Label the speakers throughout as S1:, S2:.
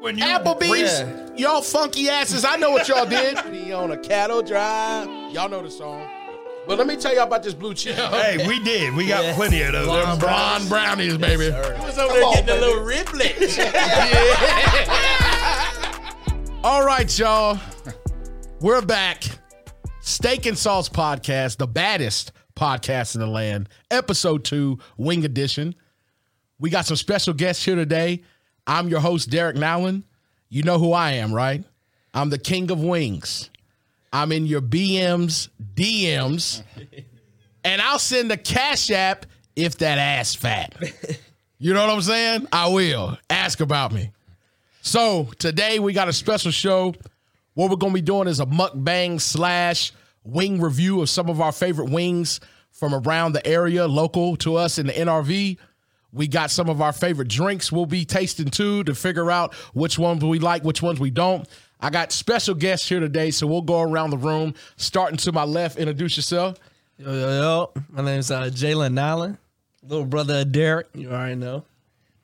S1: when you
S2: Applebee's,
S3: Yeah.
S2: y'all funky asses. I know what y'all did.
S3: He on a cattle drive. Y'all know the song. But let me tell y'all about this blue chip.
S1: Hey, we did. We got plenty of those. Them Braun brownies, baby.
S4: was over there
S3: on,
S4: getting a
S3: baby.
S4: little riblet.
S2: All right, y'all. We're back. Steak and Sauce Podcast, the baddest podcast in the land. Episode two, Wing Edition. We got some special guests here today. I'm your host, Derek Nowlin. You know who I am, right? I'm the king of wings. I'm in your BMs, DMs, and I'll send a cash app if that ass fat. You know what I'm saying? I will. Ask about me. So today we got a special show. What we're gonna be doing is a mukbang slash wing review of some of our favorite wings from around the area, local to us in the NRV. We got some of our favorite drinks we'll be tasting too to figure out which ones we like, which ones we don't. I got special guests here today, so we'll go around the room. Starting to my left, introduce yourself.
S3: Yo, yo, yo. My name's uh, Jalen Nylon, little brother of Derek. You already know.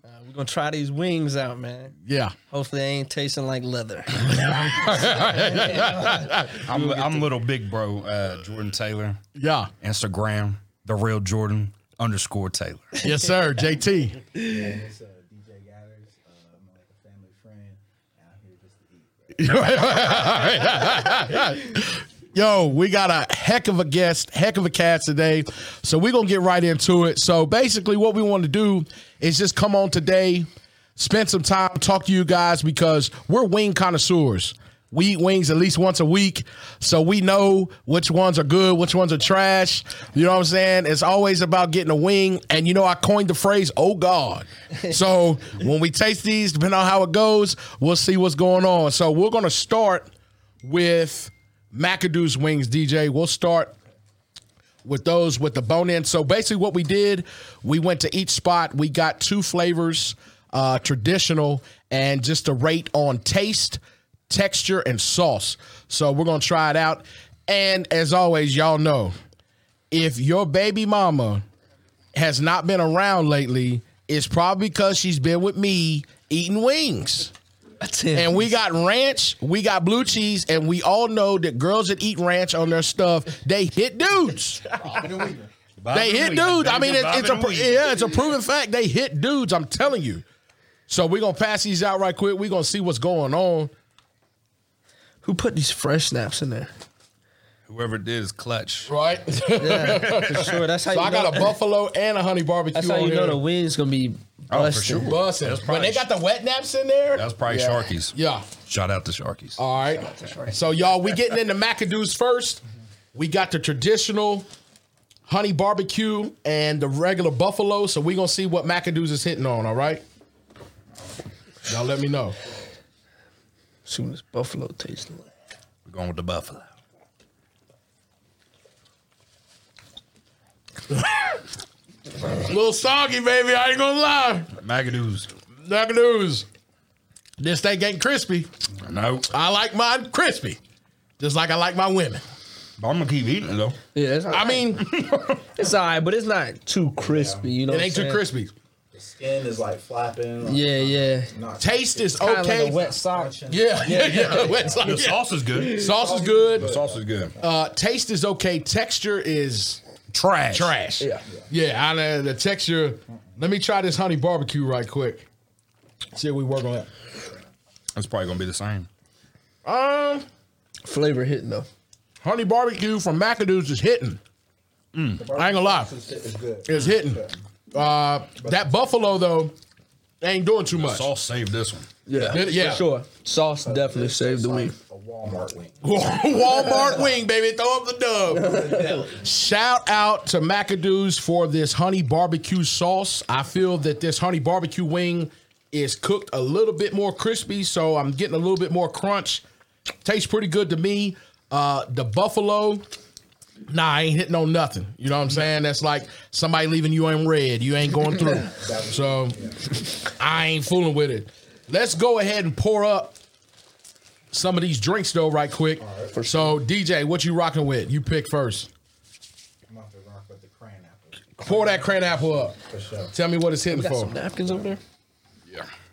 S3: Uh, we're going to try these wings out, man.
S2: Yeah.
S3: Hopefully, they ain't tasting like leather.
S5: I'm, I'm little big bro, uh, Jordan Taylor.
S2: Yeah.
S5: Instagram, the real Jordan underscore Taylor.
S2: Yes, sir. JT.
S6: It's uh, DJ Gathers. Uh, I'm like a family friend. And I'm here just to eat.
S2: Yo, we got a heck of a guest, heck of a cast today. So we're going to get right into it. So basically, what we want to do is just come on today, spend some time, talk to you guys because we're wing connoisseurs. We eat wings at least once a week. So we know which ones are good, which ones are trash. You know what I'm saying? It's always about getting a wing. And you know, I coined the phrase, oh God. So when we taste these, depending on how it goes, we'll see what's going on. So we're going to start with McAdoo's wings, DJ. We'll start with those with the bone in. So basically, what we did, we went to each spot. We got two flavors, uh, traditional, and just a rate on taste, texture, and sauce. So we're gonna try it out. And as always, y'all know, if your baby mama has not been around lately, it's probably because she's been with me eating wings. And we got ranch, we got blue cheese, and we all know that girls that eat ranch on their stuff, they hit dudes. they hit dudes. I mean, it's, it's a pro- yeah, it's a proven fact. They hit dudes. I'm telling you. So we're gonna pass these out right quick. We're gonna see what's going on.
S3: Who put these fresh snaps in there?
S5: Whoever it is, clutch.
S2: Right. so
S3: Yeah, for sure. That's how you
S2: I
S3: know,
S2: got a buffalo and a honey barbecue.
S3: That's how
S2: on
S3: you know
S2: here. Oh,
S3: the wings going to be busted.
S5: sure.
S2: Bussin'.
S5: That's
S2: When
S5: probably-
S2: they got the wet naps in there.
S5: That was probably
S2: Yeah.
S5: Sharkies.
S2: Yeah.
S5: Shout out to Sharkies.
S2: All right. So y'all, we getting into McAdoo's first. We got the traditional honey barbecue and the regular buffalo. So we gonna see what McAdoo's is hitting on. All right. Y'all let me know.
S3: Soon as buffalo tastes like.
S5: We're going with the Buffalo.
S2: A little soggy, baby. I ain't gonna lie.
S5: Magadoo's.
S2: McAdoo's. This steak ain't crispy.
S5: No.
S2: I like mine crispy, just like I like my women.
S5: But I'm going to keep eating it, though.
S3: Yeah, it's all right.
S2: I mean, it
S3: it's all right, but it's not too crispy. You know, what I'm
S2: ain't too
S3: saying?
S2: crispy.
S6: The skin is like flapping. Like,
S3: Yeah, yeah.
S6: Not
S2: Taste is
S3: Kinda
S2: okay.
S3: like a wet sock.
S2: yeah, yeah, yeah. Wet sauce.
S5: The sauce is good.
S2: Sauce is good.
S5: The sauce is good.
S2: Uh, taste is okay. Texture is
S5: Trash.
S2: trash.
S3: Yeah.
S2: Yeah. I know the texture. Let me try this honey barbecue right quick. See if we work on that.
S5: It's probably going to be the same.
S2: Um,
S3: Flavor hitting though.
S2: honey barbecue from McAdoo's is hitting. Mm, I ain't gonna lie,
S6: It's good.
S2: it's hitting. Uh, that buffalo though ain't doing too much.
S5: Sauce saved this one.
S3: Yeah,
S2: It- yeah.
S3: For sure. Sauce definitely saved the wing.
S6: A Walmart wing.
S2: Walmart wing, baby, throw up the dub. Shout out to McAdoo's for this honey barbecue sauce. I feel that this honey barbecue wing is cooked a little bit more crispy, so I'm getting a little bit more crunch. Tastes pretty good to me. Uh, the buffalo, nah, I ain't hitting on nothing. You know what I'm saying? That's like somebody leaving you in red. You ain't going through. so I ain't fooling with it. Let's go ahead and pour up some of these drinks though, right quick. so DJ, what you rocking with? You pick first.
S6: I'm off the rock with the crayon apple.
S2: Pour that cran apple up.
S6: For sure.
S2: Tell me what it's hitting
S3: Got
S2: for.
S3: some napkins over there.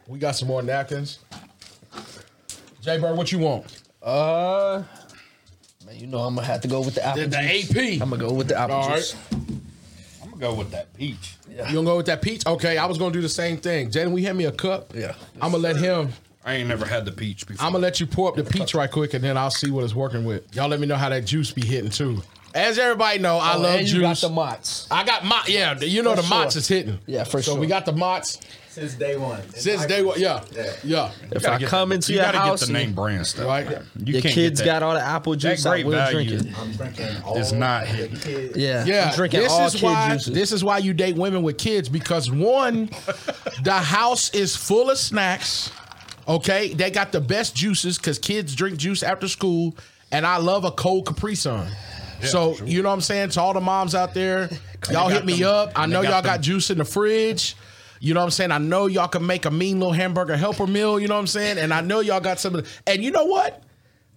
S2: we got some more napkins. Jay Bird, what you want?
S3: Uh, man, you know I'm gonna have to go with the apple
S2: The, the
S3: juice.
S2: AP.
S3: I'm gonna go with the apple
S2: All
S3: juice.
S5: I'm gonna go with that peach.
S2: You gonna go with that peach? Okay, I was gonna do the same thing. Jaden, we hand me a cup.
S3: Yeah.
S2: I'm gonna let him.
S5: I ain't never had the peach before.
S2: I'm gonna let you pour up the peach right quick, and then I'll see what it's working with. Y'all let me know how that juice be hitting too. As everybody know, I
S3: Oh,
S2: love
S3: and
S2: juice.
S3: you got the Mott's.
S2: I got my yeah. the- You know
S3: For
S2: the mots
S3: sure.
S2: is hitting.
S3: Yeah, for
S2: so
S3: sure.
S2: we got the mots
S6: Since day one.
S2: since
S6: I-
S2: day one. Yeah,
S6: Yeah.
S2: yeah.
S3: If
S5: Gotta
S3: I
S5: get
S3: come
S5: the-
S3: into
S5: you
S3: your
S5: gotta
S3: house,
S5: get the name brand stuff.
S2: Right.
S5: You
S3: your
S5: can't
S3: kids
S5: get
S3: got all the apple juice.
S5: great
S3: I will
S5: value.
S3: drink it.
S6: I'm drinking all
S5: It's not
S6: the
S5: hitting.
S6: kids.
S3: Yeah,
S2: Yeah,
S3: I'm drinking
S2: this
S3: all
S2: is
S3: kid
S2: why
S3: juices.
S2: this is why you date women with kids because one, the house is full of snacks. Okay, they got the best juices because kids drink juice after school, and I love a cold Capri Sun. so you know what I'm saying to all the moms out there, y'all
S5: they
S2: hit
S5: got
S2: me
S5: them-
S2: up. I
S5: and they
S2: know
S5: got
S2: y'all
S5: them-
S2: got juice in the fridge. You know what I'm saying? I know y'all can make a mean little hamburger helper meal. You know what I'm saying? And I know y'all got some. Of the, and you know what?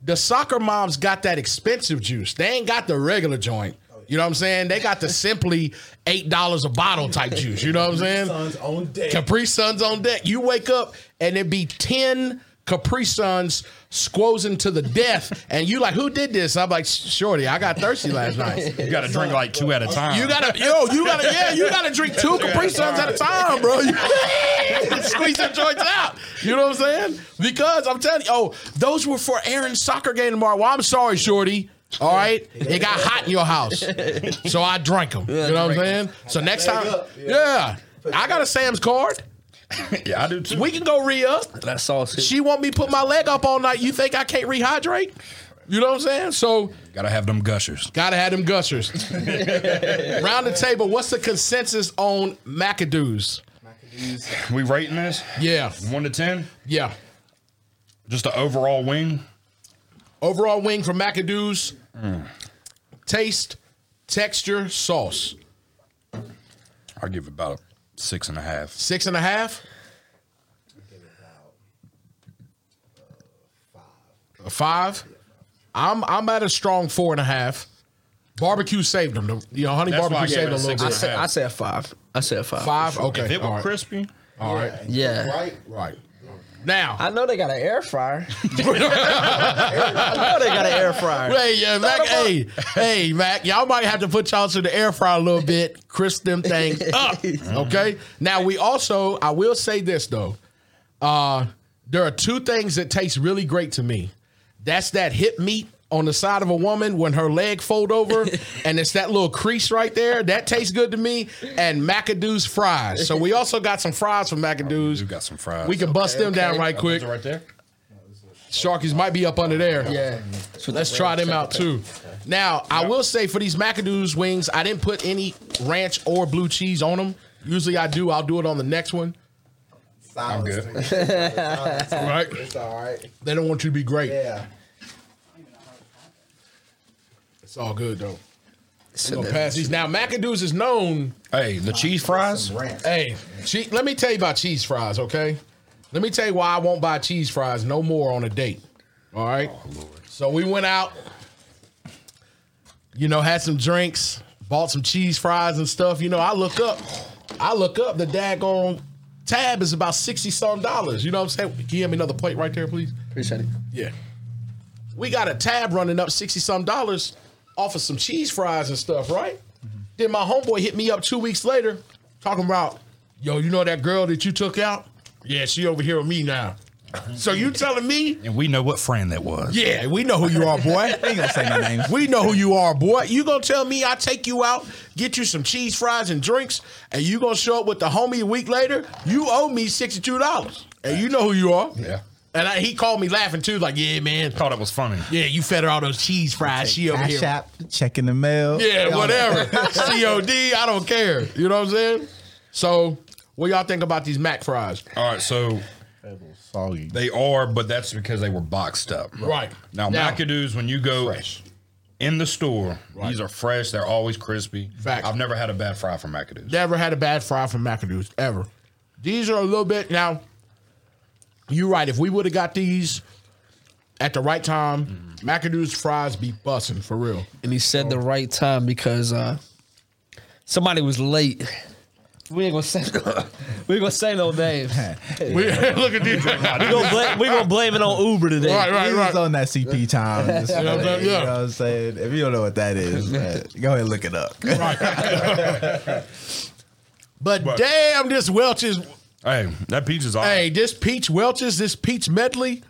S2: the soccer moms got that expensive juice. They ain't got the regular joint. You know what I'm saying? They got the simply eight dollars a bottle type juice. You know what I'm saying?
S6: Son's on day.
S2: Capri Suns on deck. You wake up and it be ten Capri Suns squozing to the death, and you like, who did this? I'm like, Shorty, I got thirsty last night.
S5: You gotta drink like two at a time.
S2: You gotta, yo, you gotta, yeah, you gotta drink two Capri Suns at a time, bro. You squeeze them joints out. You know what I'm saying? Because I'm telling you, oh, those were for Aaron's soccer game tomorrow. Well, I'm sorry, Shorty. All right, it got hot in your house, so I drank them. You know what I'm saying? So next
S6: Bag
S2: time,
S6: up,
S2: yeah, I got a Sam's card.
S5: yeah, I do too.
S2: We can go re up.
S3: that sausage.
S2: She want me to put my leg up all night. You think I can't rehydrate? You know what I'm saying? So
S5: gotta have them gushers.
S2: Gotta have them gushers. Round the table, what's the consensus on McAdoo's?
S5: We rating this
S2: Yeah,
S5: one to ten.
S2: yeah.
S5: Just the overall wing.
S2: Overall wing from McAdoo's. Taste, texture, sauce.
S5: I give it about a six and a half.
S2: Six and a half? A five? I'm I'm at a strong four and a half. Barbecue saved them. The- You know, honey
S5: That's why I
S2: barbecue
S5: gave
S2: saved
S5: it
S2: them a
S5: a
S2: little
S5: six
S3: I
S2: bit.
S3: said, I said five. I said five.
S2: Five? Okay.
S5: If it were
S2: all right.
S5: crispy,
S2: all right.
S3: Yeah.
S6: Right?
S2: Right. Now
S3: I know they got an air fryer. I know they got an air fryer.
S2: Hey, yeah, Mac. Hey, hey, Mac. Y'all might have to put y'all to the air fryer a little bit, crisp them things up. Okay. Now we also, I will say this though, uh, there are two things that taste really great to me. That's that hip meat on the side of a woman when her leg fold over, and it's that little crease right there. That tastes good to me. And McAdoo's fries. So we also got some fries from McAdoo's.
S5: you Oh, got some fries. Oh,
S2: We can bust them down right quick.
S5: Those are right there.
S2: Sharkies might be up under there.
S3: Yeah.
S2: Let's try them out too. Now, I will say for these McAdoo's wings, I didn't put any ranch or blue cheese on them. Usually I do. I'll do it on the next one.
S6: I'm
S5: good.
S2: All right.
S6: It's all right.
S2: They don't want you to be great.
S6: Yeah.
S2: It's all good though. I'm
S3: So
S2: gonna
S3: that-
S2: pass these. Now McAdoo's is known.
S5: Hey, the cheese fries.
S6: Ranch.
S2: Hey, che- let me tell you about cheese fries, okay? Let me tell you why I won't buy cheese fries no more on a date. All right. So we went out, you know, had some drinks, bought some cheese fries and stuff. You know, I look up, I look up the daggone tab is about 60 some dollars. You know what I'm saying? Can you have me another plate right there, please?
S3: Appreciate it.
S2: Yeah. We got a tab running up 60 some dollars off of some cheese fries and stuff, right? Then my homeboy hit me up two weeks later talking about, yo, you know that girl that you took out? Yeah, she over here with me now. so you telling me?
S5: And we know what friend that was.
S2: Mm-hmm. Yeah, we know who you are, boy.
S4: ain't gonna say no names.
S2: We know who you are, boy. You gonna tell me I take you out, get you some cheese fries and drinks, and you gonna show up with the homie a week later? You owe me sixty-two dollars, and you know who you are.
S5: Yeah.
S2: And I, he called me laughing too, like, "Yeah, man,
S5: Thought it was funny.
S2: yeah, you fed her all those cheese fries. She over
S4: Cash
S2: here,
S4: app, checking the mail.
S2: yeah, whatever. COD, I don't care. You know what I'm saying? So, what y'all think about these Mac fries?
S5: All right, so
S4: Soggy.
S5: they are, but that's because they were boxed up.
S2: Right.
S5: Now,
S2: Now-
S5: McAdoo's, when you go in the store, these are fresh. They're always crispy.
S2: Fact.
S5: I've never had a bad fry from McAdoo's.
S2: Never had a bad fry from McAdoo's ever. These are a little bit now. You're right. If we would have got these at the right time, McAdoo's fries be bussing for real.
S3: Oh. And he said the right time because uh, somebody was late We ain't gonna say we ain't gonna say no names.
S1: We, look at these.
S3: We gonna blame, we gonna blame it on Uber today.
S1: right,
S4: He
S1: right,
S4: was
S1: right.
S4: on that CP time. Just- you, know
S1: I'm saying? Yeah.
S4: what I'm saying? If you don't know what that is, uh, go ahead and look it up.
S2: But damn, this Welch's.
S5: Hey, that peach is awesome.
S2: Hey, this peach Welch's, this peach medley.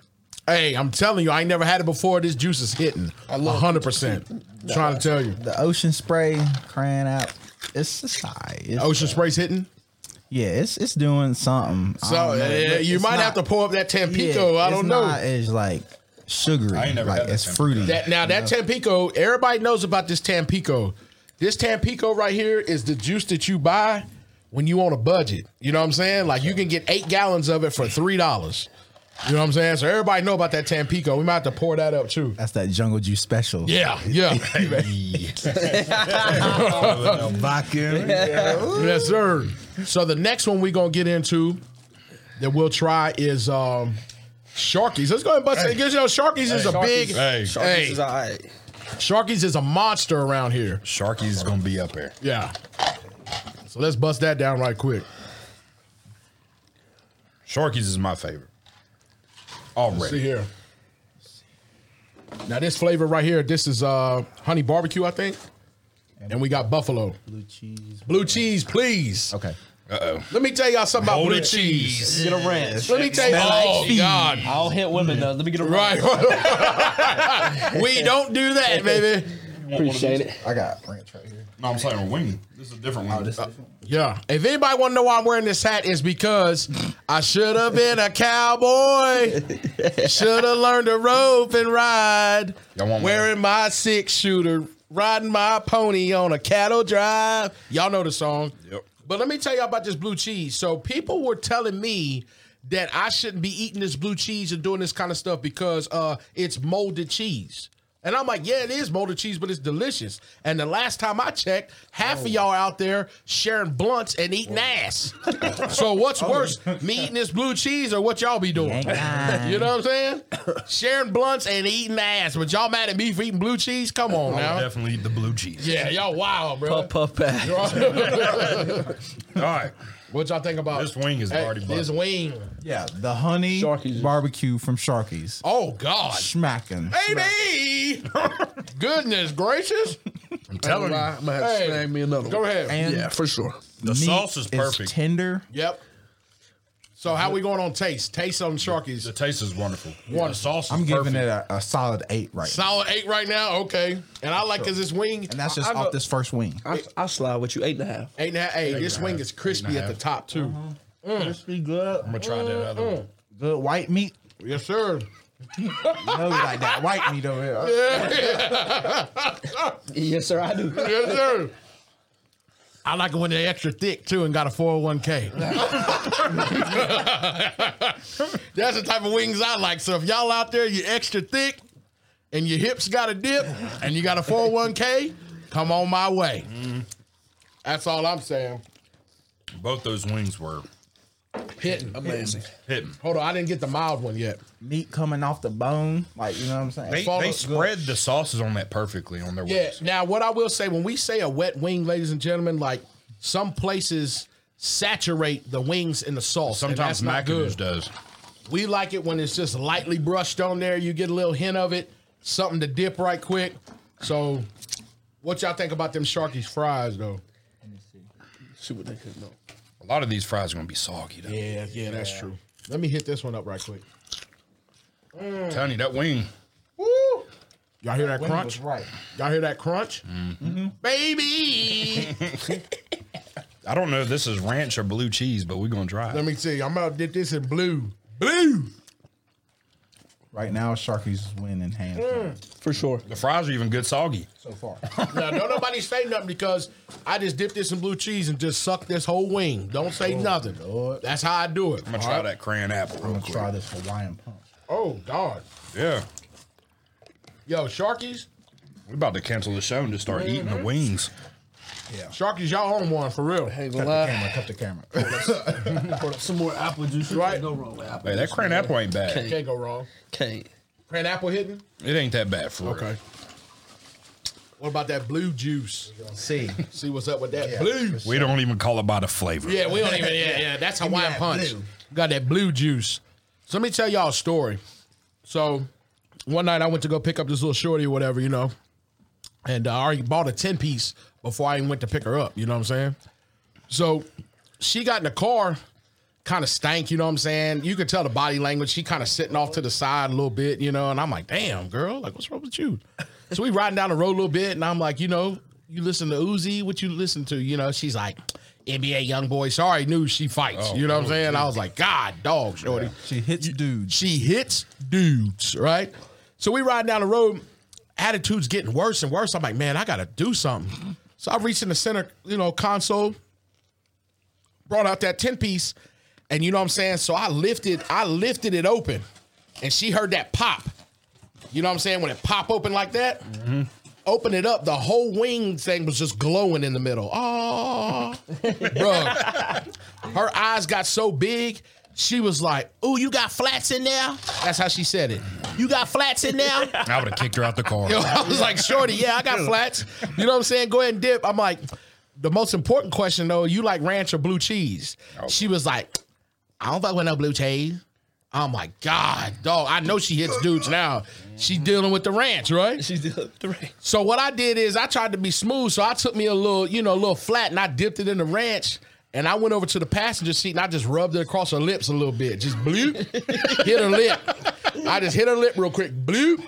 S2: Hey, I'm telling you, I ain't never had it before. This juice is hitting. I love 100%. Trying to tell you.
S4: The ocean spray crying out. It's it's high. It's,
S2: Ocean Spray's hitting.
S4: yeah, it's it's doing something. I
S2: So
S4: don't know.
S2: uh,
S4: Oh, It's
S2: you might
S4: not-
S2: have to pour up that
S4: yeah,
S2: Tampico. I don't
S4: it's
S2: know.
S4: Not, it's like sugary.
S5: ain't never
S4: like
S5: had that
S4: it's
S5: Tampico.
S4: fruity.
S2: That now that Tampico, everybody knows about this Tampico. This Tampico right here is the juice that you buy when you on a budget. You know what I'm saying? Like you can get eight gallons of it for three dollars. You know what I'm saying? So everybody know about that Tampico. We might have to pour that up too.
S4: That's that jungle juice special.
S2: Yeah, yeah.
S4: Vodka.
S2: yes, sir. So the next one we gonna get into that we'll try is um Sharkies. Let's go ahead and bust it. You know, Sharkies is a big
S5: Hey.
S2: Sharkies,
S3: Sharkies
S2: hey,
S3: is all right.
S2: Sharkies is a monster around here.
S5: Sharky's is gonna be up there.
S2: Yeah. So let's bust that down right quick.
S5: Sharky's is my favorite.
S2: See
S5: Already.
S2: here. Now this flavor right here, this is uh honey barbecue, I think. And we got buffalo.
S4: Blue cheese.
S2: Blue cheese, please.
S4: Okay.
S2: Let me tell y'all something about
S5: Molded
S2: blue cheese.
S3: Get a ranch.
S2: Let me tell you. Oh God.
S3: I don't hit women though. Let me get a ranch.
S2: Right. we don't do that, baby.
S3: Appreciate it.
S4: I got ranch right here. Uh,
S5: No, I'm saying a wing. Oh, Uh, This is a different
S4: Oh,
S5: one.
S2: Yeah. If anybody want to know why I'm wearing this hat, it's because I should have been a cowboy. Should have learned to rope and ride.
S5: Y'all want
S2: Wearing my six shooter, riding my pony on a cattle drive. Y'all know the song.
S5: Yep.
S2: But let me tell y'all about this blue cheese. So people were telling me that I shouldn't be eating this blue cheese and doing this kind of stuff because uh, it's molded cheese. And I'm like, yeah, it is molded cheese, but it's delicious. And the last time I checked, half of y'all out there sharing blunts and eating ass. so what's worse, me eating this blue cheese or what y'all be doing? you know what I'm saying? sharing blunts and eating ass, but y'all mad at me for eating blue cheese? Come on now.
S5: Definitely the blue cheese.
S2: Yeah, y'all wild, bro.
S3: Puff puff pack.
S5: All right.
S2: What y'all think about
S5: This wing is already
S2: This
S5: busted.
S2: wing.
S4: Yeah, the honey
S3: Sharky's.
S4: barbecue from Sharky's.
S2: Oh God,
S4: Smacking.
S2: baby! Goodness gracious! I'm telling you, I'm gonna
S3: have to snag me another
S2: Go
S3: one.
S2: ahead.
S4: And
S3: for sure.
S5: The
S4: meat
S5: sauce is perfect.
S4: tender.
S2: yep. So how we going on taste? Taste on
S5: the
S2: Sharkies.
S5: taste is wonderful.
S2: One.
S5: The sauce is
S4: I'm giving it
S5: perfect.
S4: a, a solid eight right now.
S2: Solid eight right now. Okay, and I like because this wing.
S4: And that's just
S3: I- I
S4: off
S3: know-
S4: this first wing.
S3: I I slide with you eight and a half.
S2: Eight and a Uh-huh. half. Hey, this wing is crispy at the top too.
S3: Mm.
S4: Crispy, good.
S5: I'm gonna try that other one.
S4: Good white meat.
S2: Yes, sir.
S4: You know you like that white meat over here.
S3: Yes, sir, I do.
S2: Yes, sir. I like it when they're extra thick too and got a 401k. That's the type of wings I like. So if y'all out there, you're extra thick and your hips got a dip and you got a 401k, come on my way. Mm-hmm. That's all I'm saying.
S5: Both those wings were
S2: Hitting.
S3: Amazing.
S5: hitting.
S2: Hold on, I didn't get the mild one yet.
S4: Meat coming off the bone. Like, you know what I'm saying?
S5: They,
S2: Follow-
S5: they spread the sauces on that perfectly on their
S2: Yeah.
S5: wings.
S2: Now, what I will say when we say a wet wing, ladies and gentlemen, like some places saturate the wings in the sauce. and
S5: Sometimes
S2: that's not good.
S5: McAdoo's does.
S2: We like it when it's just lightly brushed on there. You get a little hint of it, something to dip right quick. So, what y'all think about them Sharky's fries though?
S3: See what they could know.
S5: A lot of these fries are gonna be soggy. Though.
S2: Yeah, yeah, that's true. Let me hit this one up right quick.
S5: I'm telling you, that wing.
S2: Woo! Y'all hear that
S4: Wing was
S2: crunch?
S4: right.
S2: Y'all hear that crunch? Baby!
S5: I don't know if this is ranch or blue cheese, but we're gonna try.
S2: Let
S5: It.
S2: me see. I'm about to dip this in blue. Blue!
S4: Right now, Sharky's is winning hands
S5: Mm.
S4: down
S3: For sure.
S5: The fries are even good soggy.
S4: so far.
S2: Now, don't nobody say nothing because I just dipped this in blue cheese and just sucked this whole wing. Don't say nothing. That's how I do it.
S5: I'm gonna try that crayon apple
S4: I'm
S5: real
S4: gonna
S5: quick.
S4: try this Hawaiian punch.
S2: Oh, God.
S5: Yeah,
S2: Yo, Sharkies?
S5: we're about to cancel the show and just start eating the wings.
S2: Sharkies, y'all own one for real.
S3: Ain't gonna
S4: Cut the
S3: lie.
S4: camera, cut the camera.
S3: Pour up Some more apple juice.
S2: Right.
S3: No wrong with apple.
S5: Hey, that crayon apple ain't bad.
S2: Can't go wrong.
S3: Can't.
S2: Pineapple hidden?
S5: It ain't that bad for real.
S2: What about that blue juice?
S6: See,
S2: See what's up with that blue.
S5: We don't even call it by the flavor.
S2: Yeah, we don't even. Yeah, yeah. That's
S6: Give me
S2: Hawaiian
S6: that
S2: punch.
S6: blue.
S2: Got that blue juice. So let me tell y'all a story. So one night I went to go pick up this little shorty or whatever, you know, and I already bought a ten piece before I even went to pick her up. You know what I'm saying? So she got in the car, kind of stank. You know what I'm saying? You could tell the body language. She kind of sitting off to the side a little bit, you know. And I'm like, damn, girl, like what's wrong with you? So we riding down the road a little bit, and I'm like, you know, you listen to Uzi, what you listen to? You know, she's like. NBA young boy, sorry, knew she
S4: Oh,
S2: fights. you know what I'm saying? I was like, God, dog, shorty.
S4: She hits dudes.
S2: She hits dudes, right? So we ride down the road, attitude's getting worse and worse. I'm like, man, I gotta do something. So I reached in the center, you know, console, brought out that 10 piece, and you know what I'm saying? So I lifted, I lifted it open, and she heard that pop. You know what I'm saying? When it pop open like that, open it up, the whole wing thing was just glowing in the middle. Oh, bro her eyes got so big, she was like, "Ooh, you got flats in there." That's how she said it. You got flats in there.
S5: I would have kicked her out the car.
S2: I was like, "Shorty, yeah, I got flats." You know what I'm saying? Go ahead and dip. I'm like, the most important question though, you like ranch or blue cheese? She was like, "I don't fuck with no blue cheese." I'm like, God, dog. I know she hits dudes now. She dealing with the ranch, right?
S3: She's the three.
S2: So what I did is I tried to be smooth. So I took me a little, you know, a little flat, and I dipped it in the ranch. And I went over to the passenger seat and I just rubbed it across her lips a little bit, just bloop, hit her lip. I just hit her lip real quick, bloop,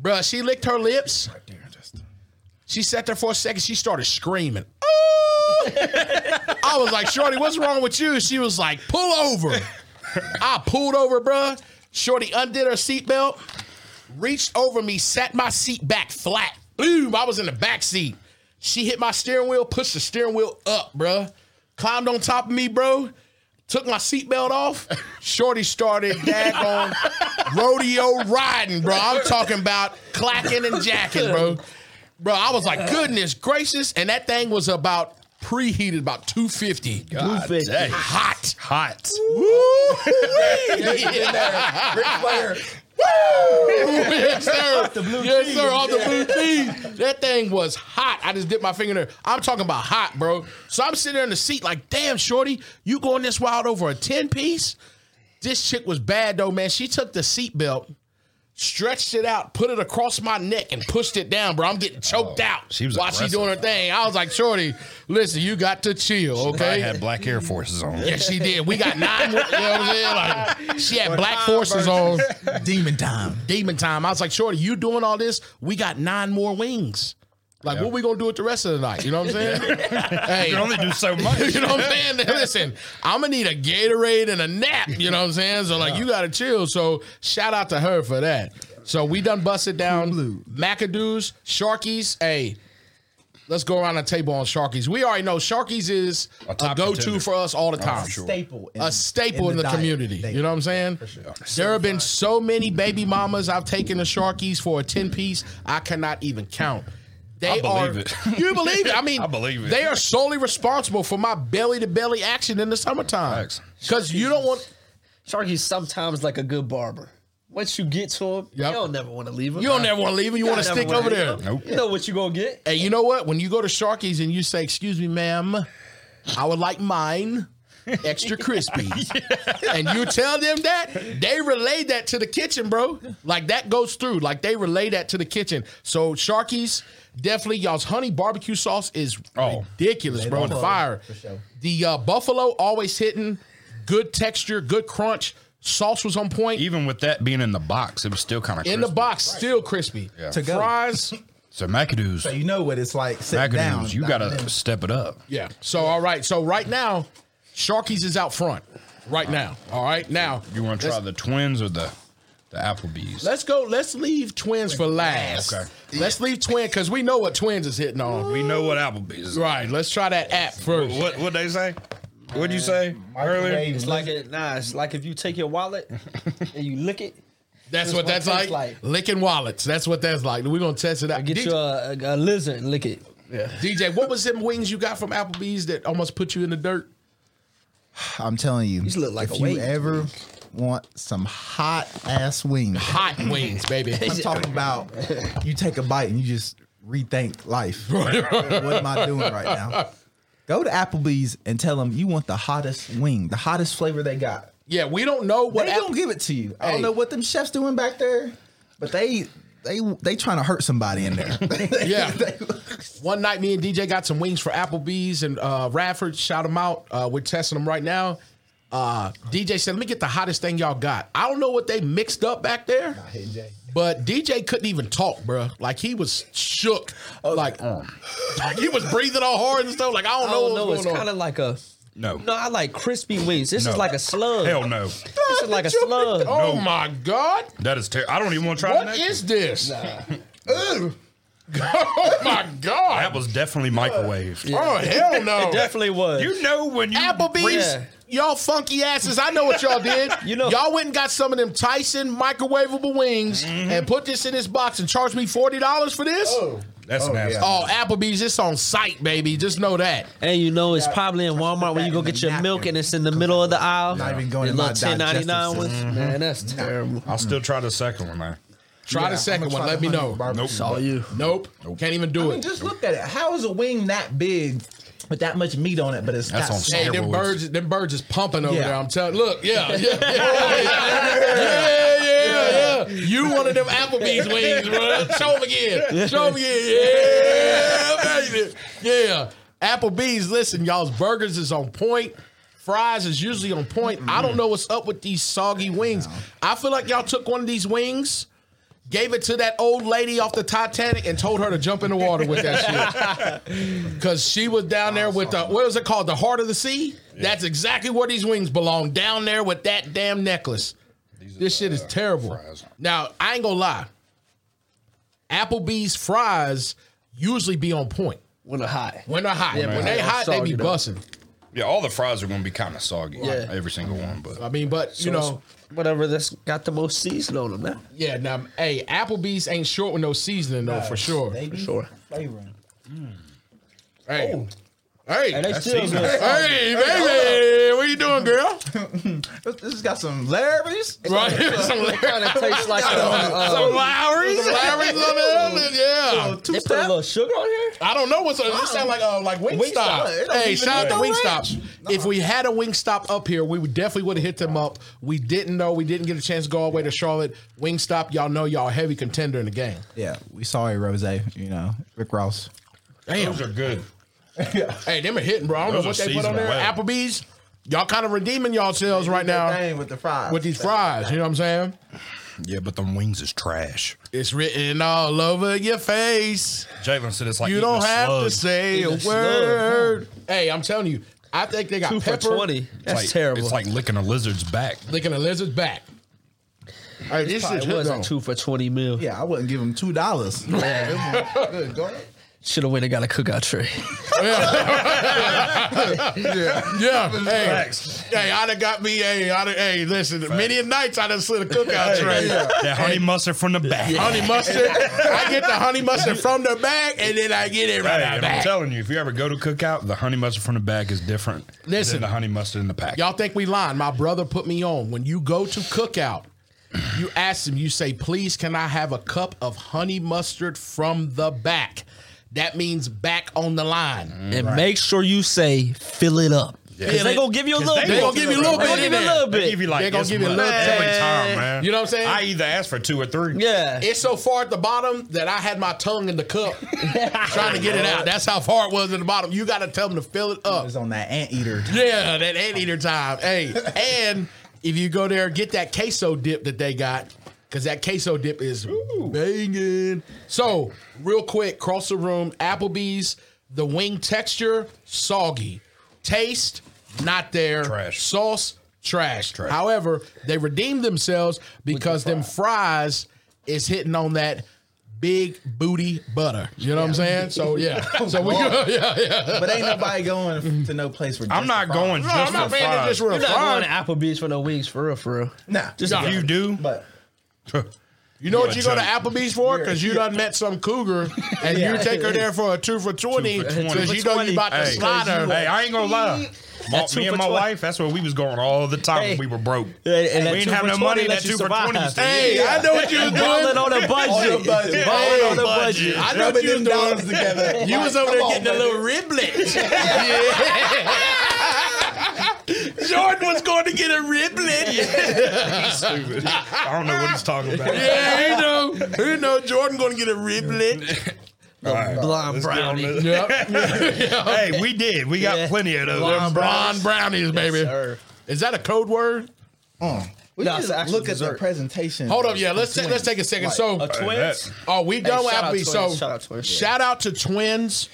S2: bruh. She licked her lips. She sat there for a second. She started screaming. "Ooh!" I was like, Shorty, what's wrong with you? She was like, pull over. I pulled over, bruh. Shorty undid her seatbelt reached over me, sat my seat back flat. Boom! I was in the back seat. She hit my steering wheel, pushed the steering wheel up, bruh. Climbed on top of me, bro. Took my seatbelt off. Shorty started daggone rodeo riding, bro. I'm talking about clacking and jacking, bro. Bro, I was like, goodness gracious. And that thing was about preheated about 250.
S5: God dang.
S2: Hot.
S5: Hot.
S2: yes, sir. yes, sir. Off the blue cheese. That thing was hot. I just dipped my finger in there. I'm talking about hot, bro. So I'm sitting there in the seat, like, damn, shorty, you going this wild over a 10 piece? This chick was bad, though, man. She took the seatbelt, stretched it out, put it across my neck, and pushed it down, bro. I'm getting choked out
S5: Oh, she was
S2: while she doing her
S5: aggressive.
S2: thing. I was like, shorty, listen, you got to chill, okay?
S5: I had black Air Forces on.
S2: Yeah, she did. We got nine. you know what I'm saying? Like, she had black forces on.
S6: demon time.
S2: Demon time. I was like, Shorty, you doing all this? We got nine more wings. Like, what we gonna do with the rest of the night? You know what I'm saying? hey,
S5: You can only do so much.
S2: you know what I'm saying? Listen, I'm gonna need a Gatorade and a nap. You know what I'm saying? So like, you gotta chill. So shout out to her for that. So we done busted down McAdoo's, Sharkies. Hey, let's go around the table on Sharkies. We already know Sharkies is a,
S5: top
S2: go-to
S5: contender. Oh,
S2: for us all the time.
S6: Staple. In,
S2: A staple in the,
S6: diet.
S2: community.
S6: They-
S2: you know what I'm saying? There have been so many baby mamas I've taken the Sharkies for a 10 piece, I cannot even count.
S5: I
S2: They
S5: believe
S2: are,
S5: it.
S2: You believe it. I mean,
S5: I believe it.
S2: They are solely responsible for my belly to belly action in the summertime.
S5: Facts.
S2: Because you don't want,
S3: Sharky's sometimes like a good barber. Once you get to him,
S2: Yep.
S3: you don't never want to leave him.
S2: you don't ever want to leave and you want to
S3: never
S2: stick
S3: wanna
S2: over
S3: leave
S2: there.
S3: him.
S5: Nope.
S3: You know what you gonna get.
S2: And you know what? When you go to Sharkies and you say, "Excuse me, ma'am, I would like mine extra crispy," and you tell them that, they relay that to the kitchen, bro. Like that goes through. Like they relay that to the kitchen. So Sharkies, definitely y'all's honey barbecue sauce is
S5: Oh.
S2: ridiculous, bro. And fire.
S6: sure.
S2: The uh, buffalo always hitting. Good texture, good crunch. Sauce was on point.
S5: Even with that being in the box, it was still kind of
S2: In the box, still crispy.
S5: To
S6: go.
S2: Fries,
S5: So McAdoo's,
S6: So you know what it's like sitting down.
S5: McAdoo's, you gotta step it up.
S2: Yeah. So all right. So right now, Sharkies is out front. Right now. All right. Now
S5: You want to try the twins or the the Applebee's?
S2: let's go. Let's leave twins for last.
S5: Okay.
S2: Let's leave twin because we know what twins is hitting on.
S5: we know what Applebee's. Is.
S2: Right. Let's try that app first.
S5: What what they say? What'd you say earlier?
S6: Mm-hmm.
S3: It's like it, nah. It's like if you take your wallet and you lick it,
S2: That's
S3: That's
S2: what
S3: what
S2: that's
S3: it
S2: like.
S3: tastes like.
S2: Licking wallets. That's what that's like. We're gonna test it out.
S3: get
S2: DJ,
S3: you a, a, a lizard and lick it.
S2: DJ, what was them wings you got from Applebee's that almost put you in the dirt?
S6: I'm telling you,
S3: look like
S6: if
S3: a
S6: you
S3: wings,
S6: ever want some hot ass wings,
S2: Hot wings, baby.
S6: I'm talking about you take a bite and you just rethink life. what am I doing right now? Go to Applebee's and tell them you want the hottest wing, the hottest flavor they got.
S2: Yeah, we don't know what.
S6: they
S2: app-
S6: don't give it to you. I
S2: Hey.
S6: don't know what them chefs doing back there, but they they they trying to hurt somebody in there.
S2: Yeah. One night, me and DJ got some wings for Applebee's and uh, Radford. Shout them out. Uh, we're testing them right now. Uh, DJ said, "Let me get the hottest thing y'all got." I don't know what they mixed up back there, but DJ couldn't even talk, bruh. Like he was shook, like, like he was breathing all hard and stuff. Like I don't
S3: Oh, um, I
S2: know
S3: don't know.
S2: what's
S3: It's
S2: going
S3: kind
S2: on.
S3: of like a.
S5: No.
S3: No, I like crispy wings. This
S5: No.
S3: is like a slug.
S5: Hell no.
S3: This is like a slug.
S2: Oh my god,
S5: That is terrible. I don't even want to try the
S2: what
S5: next
S2: is this? Ugh. oh my
S5: one.
S2: god.
S5: That was definitely microwave.
S2: Oh hell no.
S3: Definitely was.
S5: You know when you
S2: Applebee's,
S3: Yeah.
S2: y'all funky asses. I know what y'all did.
S3: You know-
S2: y'all went and got some of them Tyson microwavable wings
S3: Mm-hmm.
S2: and put this in this box and charged me forty dollars for this. Oh.
S5: That's
S4: Oh,
S5: nasty.
S4: yeah.
S2: Applebee's, it's on site, baby. Just know that.
S3: And you know it's probably in Walmart when you go
S6: in
S3: get
S6: the
S3: your
S6: napkin.
S3: milk and it's in the middle of the aisle.
S6: Not even going
S3: The
S6: in
S3: little
S6: my digestive
S3: 10.99 ones.
S6: system.
S3: Man, that's terrible.
S5: I'll still try the second one, man.
S2: Try the second one. Let me know.
S5: Nope.
S3: you.
S2: Nope. Can't even do
S6: I mean,
S2: it.
S6: just look at it. How is a wing that big with that much meat on it, but it's
S5: That's
S6: not
S5: on
S6: salt?
S2: Hey, them
S5: steroids.
S2: birds, them birds is pumping over
S6: Yeah.
S2: there. I'm telling. Look, yeah, yeah, yeah, yeah, yeah, yeah, yeah. You one of them Applebee's wings, bro. Show 'em again. Show 'em again. Yeah, baby. Yeah. Applebee's. Listen, y'all's burgers is on point. Fries is usually on point. I don't know what's up with these soggy wings. I feel like y'all took one of these wings. Gave it to that old lady off the Titanic and told her to jump in the water with that shit. Cause she was down there with the what was it called? The heart of the sea? That's exactly where these wings belong. Down there with that damn necklace. This shit
S3: uh,
S2: is terrible.
S5: fries.
S2: Now, I ain't gonna lie. Applebee's fries usually be on point.
S3: When a high.
S2: When they're hot.
S3: but
S2: when they
S3: they don't
S2: hot, they
S3: soggy
S2: be
S3: though.
S2: busting.
S5: Yeah, all the fries are going to be kind of soggy.
S3: Yeah.
S5: Every single one, but
S2: I mean, but you know,
S3: Whatever that's got the most season on them, man.
S2: yeah, now hey, Applebee's ain't short with no seasoning though, for sure.
S6: They be
S3: Sure.
S6: flavoring.
S2: Hey. Hey.
S3: And they
S2: Hey,
S3: still
S5: season.
S3: good.
S2: baby, what you doing, girl?
S6: This, this has got some flavors.
S2: Right? Some
S3: kind of tastes like a, uh,
S2: Lowry's. Lowry's on there, yeah.
S6: Two
S3: they put a
S6: step.
S3: little sugar on here.
S2: I don't know what's. It sound like uh, like Wingstop.
S6: Wingstop. It don't
S2: Hey,
S6: even
S2: shout out
S6: need
S2: to
S6: no
S2: Wingstop. If we had a Wingstop up here, we would definitely would have hit them up. We didn't know. We didn't get a chance to go all the way to Charlotte. Wingstop, y'all know y'all a heavy contender in the game.
S6: Yeah, we saw a rose. You know, Rick Ross.
S2: Damn.
S5: those are good.
S2: Hey, them are hitting, bro. I don't
S5: Those are
S2: know what they put on
S5: seasonal,
S2: there.
S5: wow.
S2: Applebee's. Y'all kind of redeeming yourselves right now
S6: Dang, with the fries.
S2: with these fries. You know what I'm saying?
S5: Yeah, but them wings is trash.
S2: It's written all over your face.
S5: Jalen said it's like
S2: You
S5: eating
S2: don't
S5: a
S2: have to
S5: slug.
S2: say
S3: Eating
S2: a
S3: a slug.
S2: word. Hey, I'm telling you, I think they got
S3: Two for
S2: pepper.
S3: 20.
S5: It's
S3: That's
S5: like-
S3: terrible.
S5: It's like licking a lizard's back.
S2: licking a lizard's back. Hey, this shit's
S3: it
S2: hit
S3: wasn't
S2: though.
S3: two for 20 mil.
S6: Yeah, I wouldn't give him two dollars. Good, go ahead.
S3: Should have went and got a cookout tray.
S2: yeah, hey, hey, I done got me. Hey, I done, hey, listen, many a nights I done slid a cookout tray.
S5: That honey mustard from the back.
S2: Honey mustard, I get the honey mustard from the bag, and then I get it right
S5: Hey,
S2: out
S5: and I'm
S2: back.
S5: telling you, if you ever go to cookout, the honey mustard from the back is different
S2: Listen.
S5: than the honey mustard in the pack.
S2: Y'all think we lying? My brother put me on. When you go to cookout, you ask him, you say, please, can I have a cup of honey mustard from the back? That means back on the line.
S3: and make sure you say, fill it up. Because they going to give you a little
S2: They
S3: bit.
S2: gonna give you a little
S3: They
S2: bit
S3: gonna
S2: in
S3: give you a
S2: there.
S3: little
S5: They
S3: bit.
S5: give you like
S2: They gonna
S5: this
S2: give you a
S5: much
S2: little
S5: every
S2: bit.
S5: time, man.
S2: You know what I'm saying?
S5: I either ask for two or three.
S3: yeah.
S2: It's so far at the bottom that I had my tongue in the cup trying to get it out. That's how far it was at the bottom. You got to tell them to fill it up.
S6: It's on that anteater.
S2: Yeah, that anteater time. Hey, and if you go there, get that queso dip that they got because that queso dip is banging. So, real quick, cross the room, Applebee's, the wing texture, soggy. Taste, not there.
S5: Trash.
S2: Sauce, trash. However, they redeemed themselves because them fries is hitting on that big booty butter. You know what I'm saying? So, yeah. So, we yeah, yeah.
S6: But ain't nobody going to no place for.
S5: I'm
S6: just
S5: not
S6: the fries.
S5: going
S2: No,
S5: just
S2: I'm not
S5: for
S2: paying
S5: fries.
S2: this for a
S3: You're not
S2: fry.
S3: going to Applebee's for no wings, for real, for real.
S6: Nah,
S3: Just
S5: If you do,
S6: But
S2: You know what you go to
S5: Joe.
S2: Applebee's for? Because you done met some cougar and you take her there for a two for 20
S5: for 20.
S2: because you know you about to
S5: Hey.
S2: slaughter.
S5: Hey, I ain't gonna lie. My,
S3: That two
S5: me
S3: for
S5: and my
S3: 20.
S5: wife, that's where we was going all the time
S3: Hey.
S5: when we were broke.
S3: Hey, and that
S5: we
S3: two
S5: didn't have
S3: for
S5: no
S3: 20
S5: money.
S3: lets
S5: That
S3: you
S5: two for
S3: survive.
S5: twenty. used to-
S2: Hey, I know what you was
S3: Balling
S2: doing.
S3: on a budget.
S6: budget.
S3: Balling on a
S5: Balling
S3: budget.
S2: I know
S6: Rubbing
S2: what you was
S6: them
S2: doing.
S6: dollars together.
S2: You
S6: Like,
S2: was over there
S6: come on,
S2: getting a little riblet. Jordan was going to get a riblet.
S5: Stupid. I don't know what he's talking about.
S2: Yeah, you know, you know, Jordan going to get a riblet.
S5: All right.
S3: Blonde brownie.
S5: Hey, we did. We got
S3: Yeah.
S5: plenty of those.
S2: Blonde brownies, baby.
S3: sir.
S2: Is that a code word?
S6: uh-uh. We
S3: Nah, it's
S6: just
S3: actual
S6: look at
S3: dessert.
S6: the presentation.
S2: Hold up, yeah. Let's take, let's take a second. So,
S3: A twins?
S5: That's-
S2: Are Oh, we done with
S3: shout out
S2: Applebee's? So
S3: Twins, shout out Twins.
S2: shout out to Twins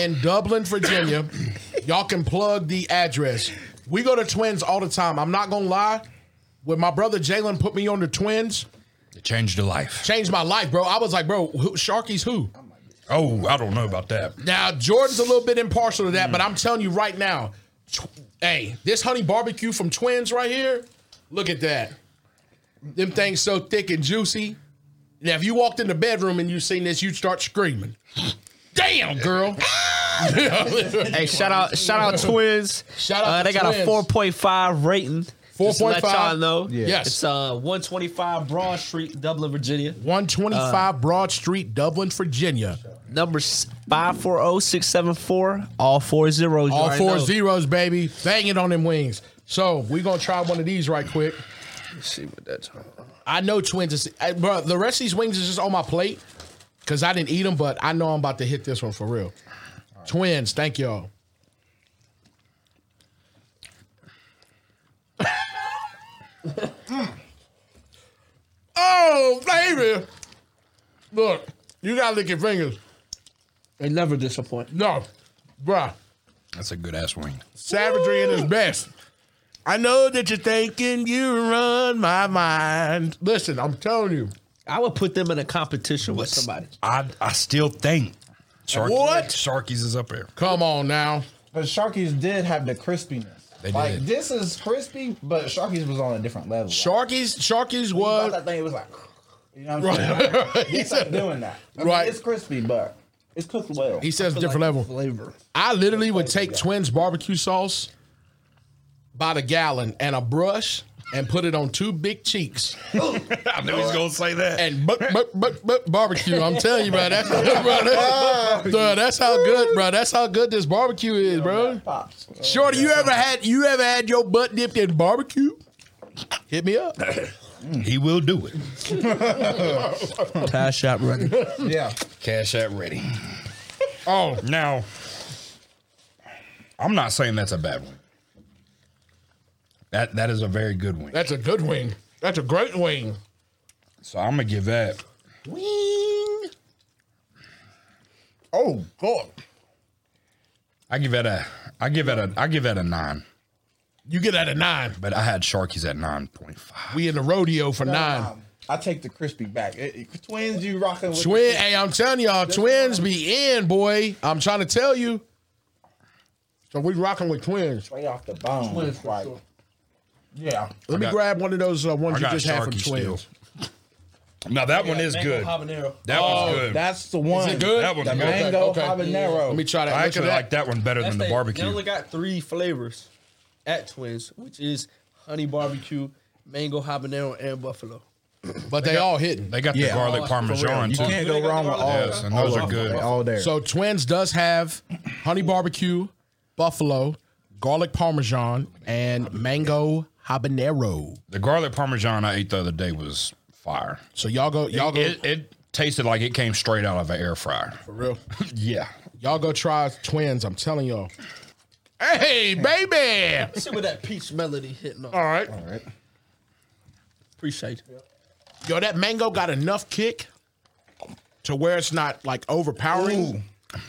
S2: in Dublin, Virginia. Y'all can plug the address. We go to Twins all the time. I'm not gonna lie. When my brother Jalen put me on the Twins,
S5: It changed your life.
S2: changed my life, bro. I was like, bro, who, Sharky's who?
S5: Oh, I don't know about that.
S2: Now Jordan's a little bit impartial to that,
S3: Hmm.
S2: but I'm telling you right now, tw- hey, this honey barbecue from Twins right here. Look at that. Them things so thick and juicy. Now, if you walked in the bedroom and you seen this, you'd start screaming. Damn, girl.
S3: Hey, shout out, shout out Twins.
S2: Shout out
S3: Uh,
S2: to
S3: they got a
S2: Twins.
S3: four point five rating. Just to let
S2: 4.5.
S3: y'all know.
S2: Yes.
S3: It's uh one twenty five Broad Street, Dublin, Virginia.
S2: 125
S3: Uh.
S2: Broad Street, Dublin, Virginia.
S3: Number five four zero six seven four. All four zeros. you
S2: All
S3: already
S2: four
S3: know.
S2: zeros, baby. Bang it on them wings. So we're gonna try one of these right quick.
S3: See what that's.
S2: I know twins is I- bro, the rest of these wings is just on my plate. Cause I didn't eat them, but I know I'm about to hit this one for real. Twins, thank y'all. oh, baby. Look, you gotta lick your fingers.
S3: They never disappoint.
S2: No, bruh.
S5: That's a good ass wing.
S2: Savagery at its best. I know that you're thinking you run my mind. Listen, I'm telling you.
S3: I would put them in a competition with somebody.
S5: I I still think Sharky,
S2: What?
S5: Sharky's is up there.
S2: Come on now.
S6: But Sharky's did have the crispiness.
S5: They
S6: like
S5: did.
S6: this is crispy, but Sharky's was on a different level.
S2: Sharkies, Sharkies
S6: Like,
S2: was
S6: that thing it was like, you know what I'm saying?
S2: he,
S6: It's not
S2: said,
S6: doing that. I mean,
S2: Right.
S6: it's crispy, but it's cooked well.
S2: he says different level.
S3: Flavor.
S2: I literally would take twins barbecue sauce by the gallon and a brush and put it on two big cheeks
S5: I knew he was gonna say that.
S2: and but, but, but, but barbecue. I'm telling you, bro. That's, bro, that's, bro, that's how good, bro. That's how good this barbecue is, bro.
S6: Pops.
S2: Shorty, you ever had you ever had your butt dipped in barbecue? Hit me up.
S5: he will do it.
S3: Cash shop ready.
S6: Yeah.
S5: Cash at ready.
S2: Oh,
S5: Now, I'm not saying that's a bad wing. That that is a very good wing.
S2: that's a good wing. That's a great wing.
S5: So I'm gonna give that.
S2: Wing.
S6: Oh God.
S5: I give that a. I give that a. I give that a nine.
S2: You get out of nine.
S5: But I had Sharky's at nine point five.
S2: We in the rodeo for nine.
S6: Um, I take the crispy back. It- it- twins, you rocking with
S2: Twin, hey, I'm telling y'all, twins be in, boy. I'm trying to tell you. So we rocking with twins.
S6: right off the bone. It's like, yeah.
S2: Let me
S5: got-
S2: grab one of those uh, ones
S5: I
S2: you
S5: got
S2: just had from
S5: Sharky still.
S2: twins.
S5: Now that one is good.
S3: Habanero.
S5: That
S2: Oh,
S5: one's good.
S6: That's the one.
S2: Is it good?
S5: That one's
S6: The
S5: good.
S6: mango
S2: Okay, okay.
S6: habanero.
S2: Let me try that.
S5: I
S2: Look at
S5: actually
S2: that.
S5: like that one better than the barbecue.
S3: They only got three flavors at Twins, which is honey barbecue, mango habanero, and buffalo.
S2: but they all hitting.
S5: they got the
S6: Yeah.
S5: garlic parmesan
S6: You
S5: too.
S6: can't go wrong with all.
S5: Yes, and
S6: all
S5: those are
S6: of them.
S5: good.
S6: They All there.
S2: Oh, So twins does have honey barbecue, buffalo, garlic parmesan, and mango habanero.
S5: The garlic parmesan I ate the other day was fire.
S2: So y'all go, y'all go,
S5: It, it tasted like it came straight out of an air fryer.
S2: for real.
S5: Yeah.
S2: Y'all go try twins. I'm telling y'all. Hey, baby.
S3: Let's see what that peach melody hitting on.
S2: All right.
S3: Appreciate it.
S2: Yo, that mango got enough kick to where it's not like overpowering.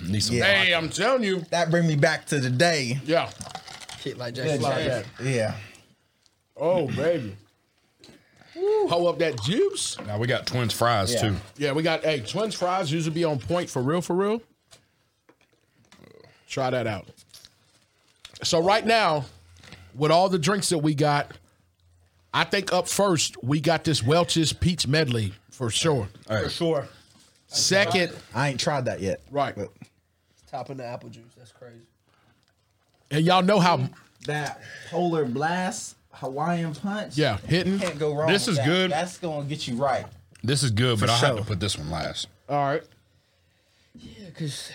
S6: Ooh,
S5: Need some
S6: Yeah.
S2: Hey, I'm telling you.
S6: that bring me back to the day.
S2: Yeah.
S3: Kick like Jackson.
S6: Yeah. yeah.
S2: Oh, baby. Pull up that juice.
S5: Now we got twins fries
S6: Yeah.
S5: too.
S2: Yeah, we got hey, twins fries usually be on point for real, for real. Try that out. So right now, with all the drinks that we got, I think up first we got this Welch's peach medley. for sure.
S5: Hey,
S3: Sure.
S2: Second,
S6: I ain't tried that yet.
S2: Right.
S6: But
S3: Topping the apple juice. That's crazy.
S2: and y'all know how.
S6: that polar blast Hawaiian punch.
S2: Yeah, hitting.
S6: Can't go wrong.
S5: This
S6: with
S5: is
S6: that.
S5: good.
S6: That's gonna get you right.
S5: this is good, but I have to
S6: sure.
S5: put this one last.
S2: All right,
S3: Yeah, because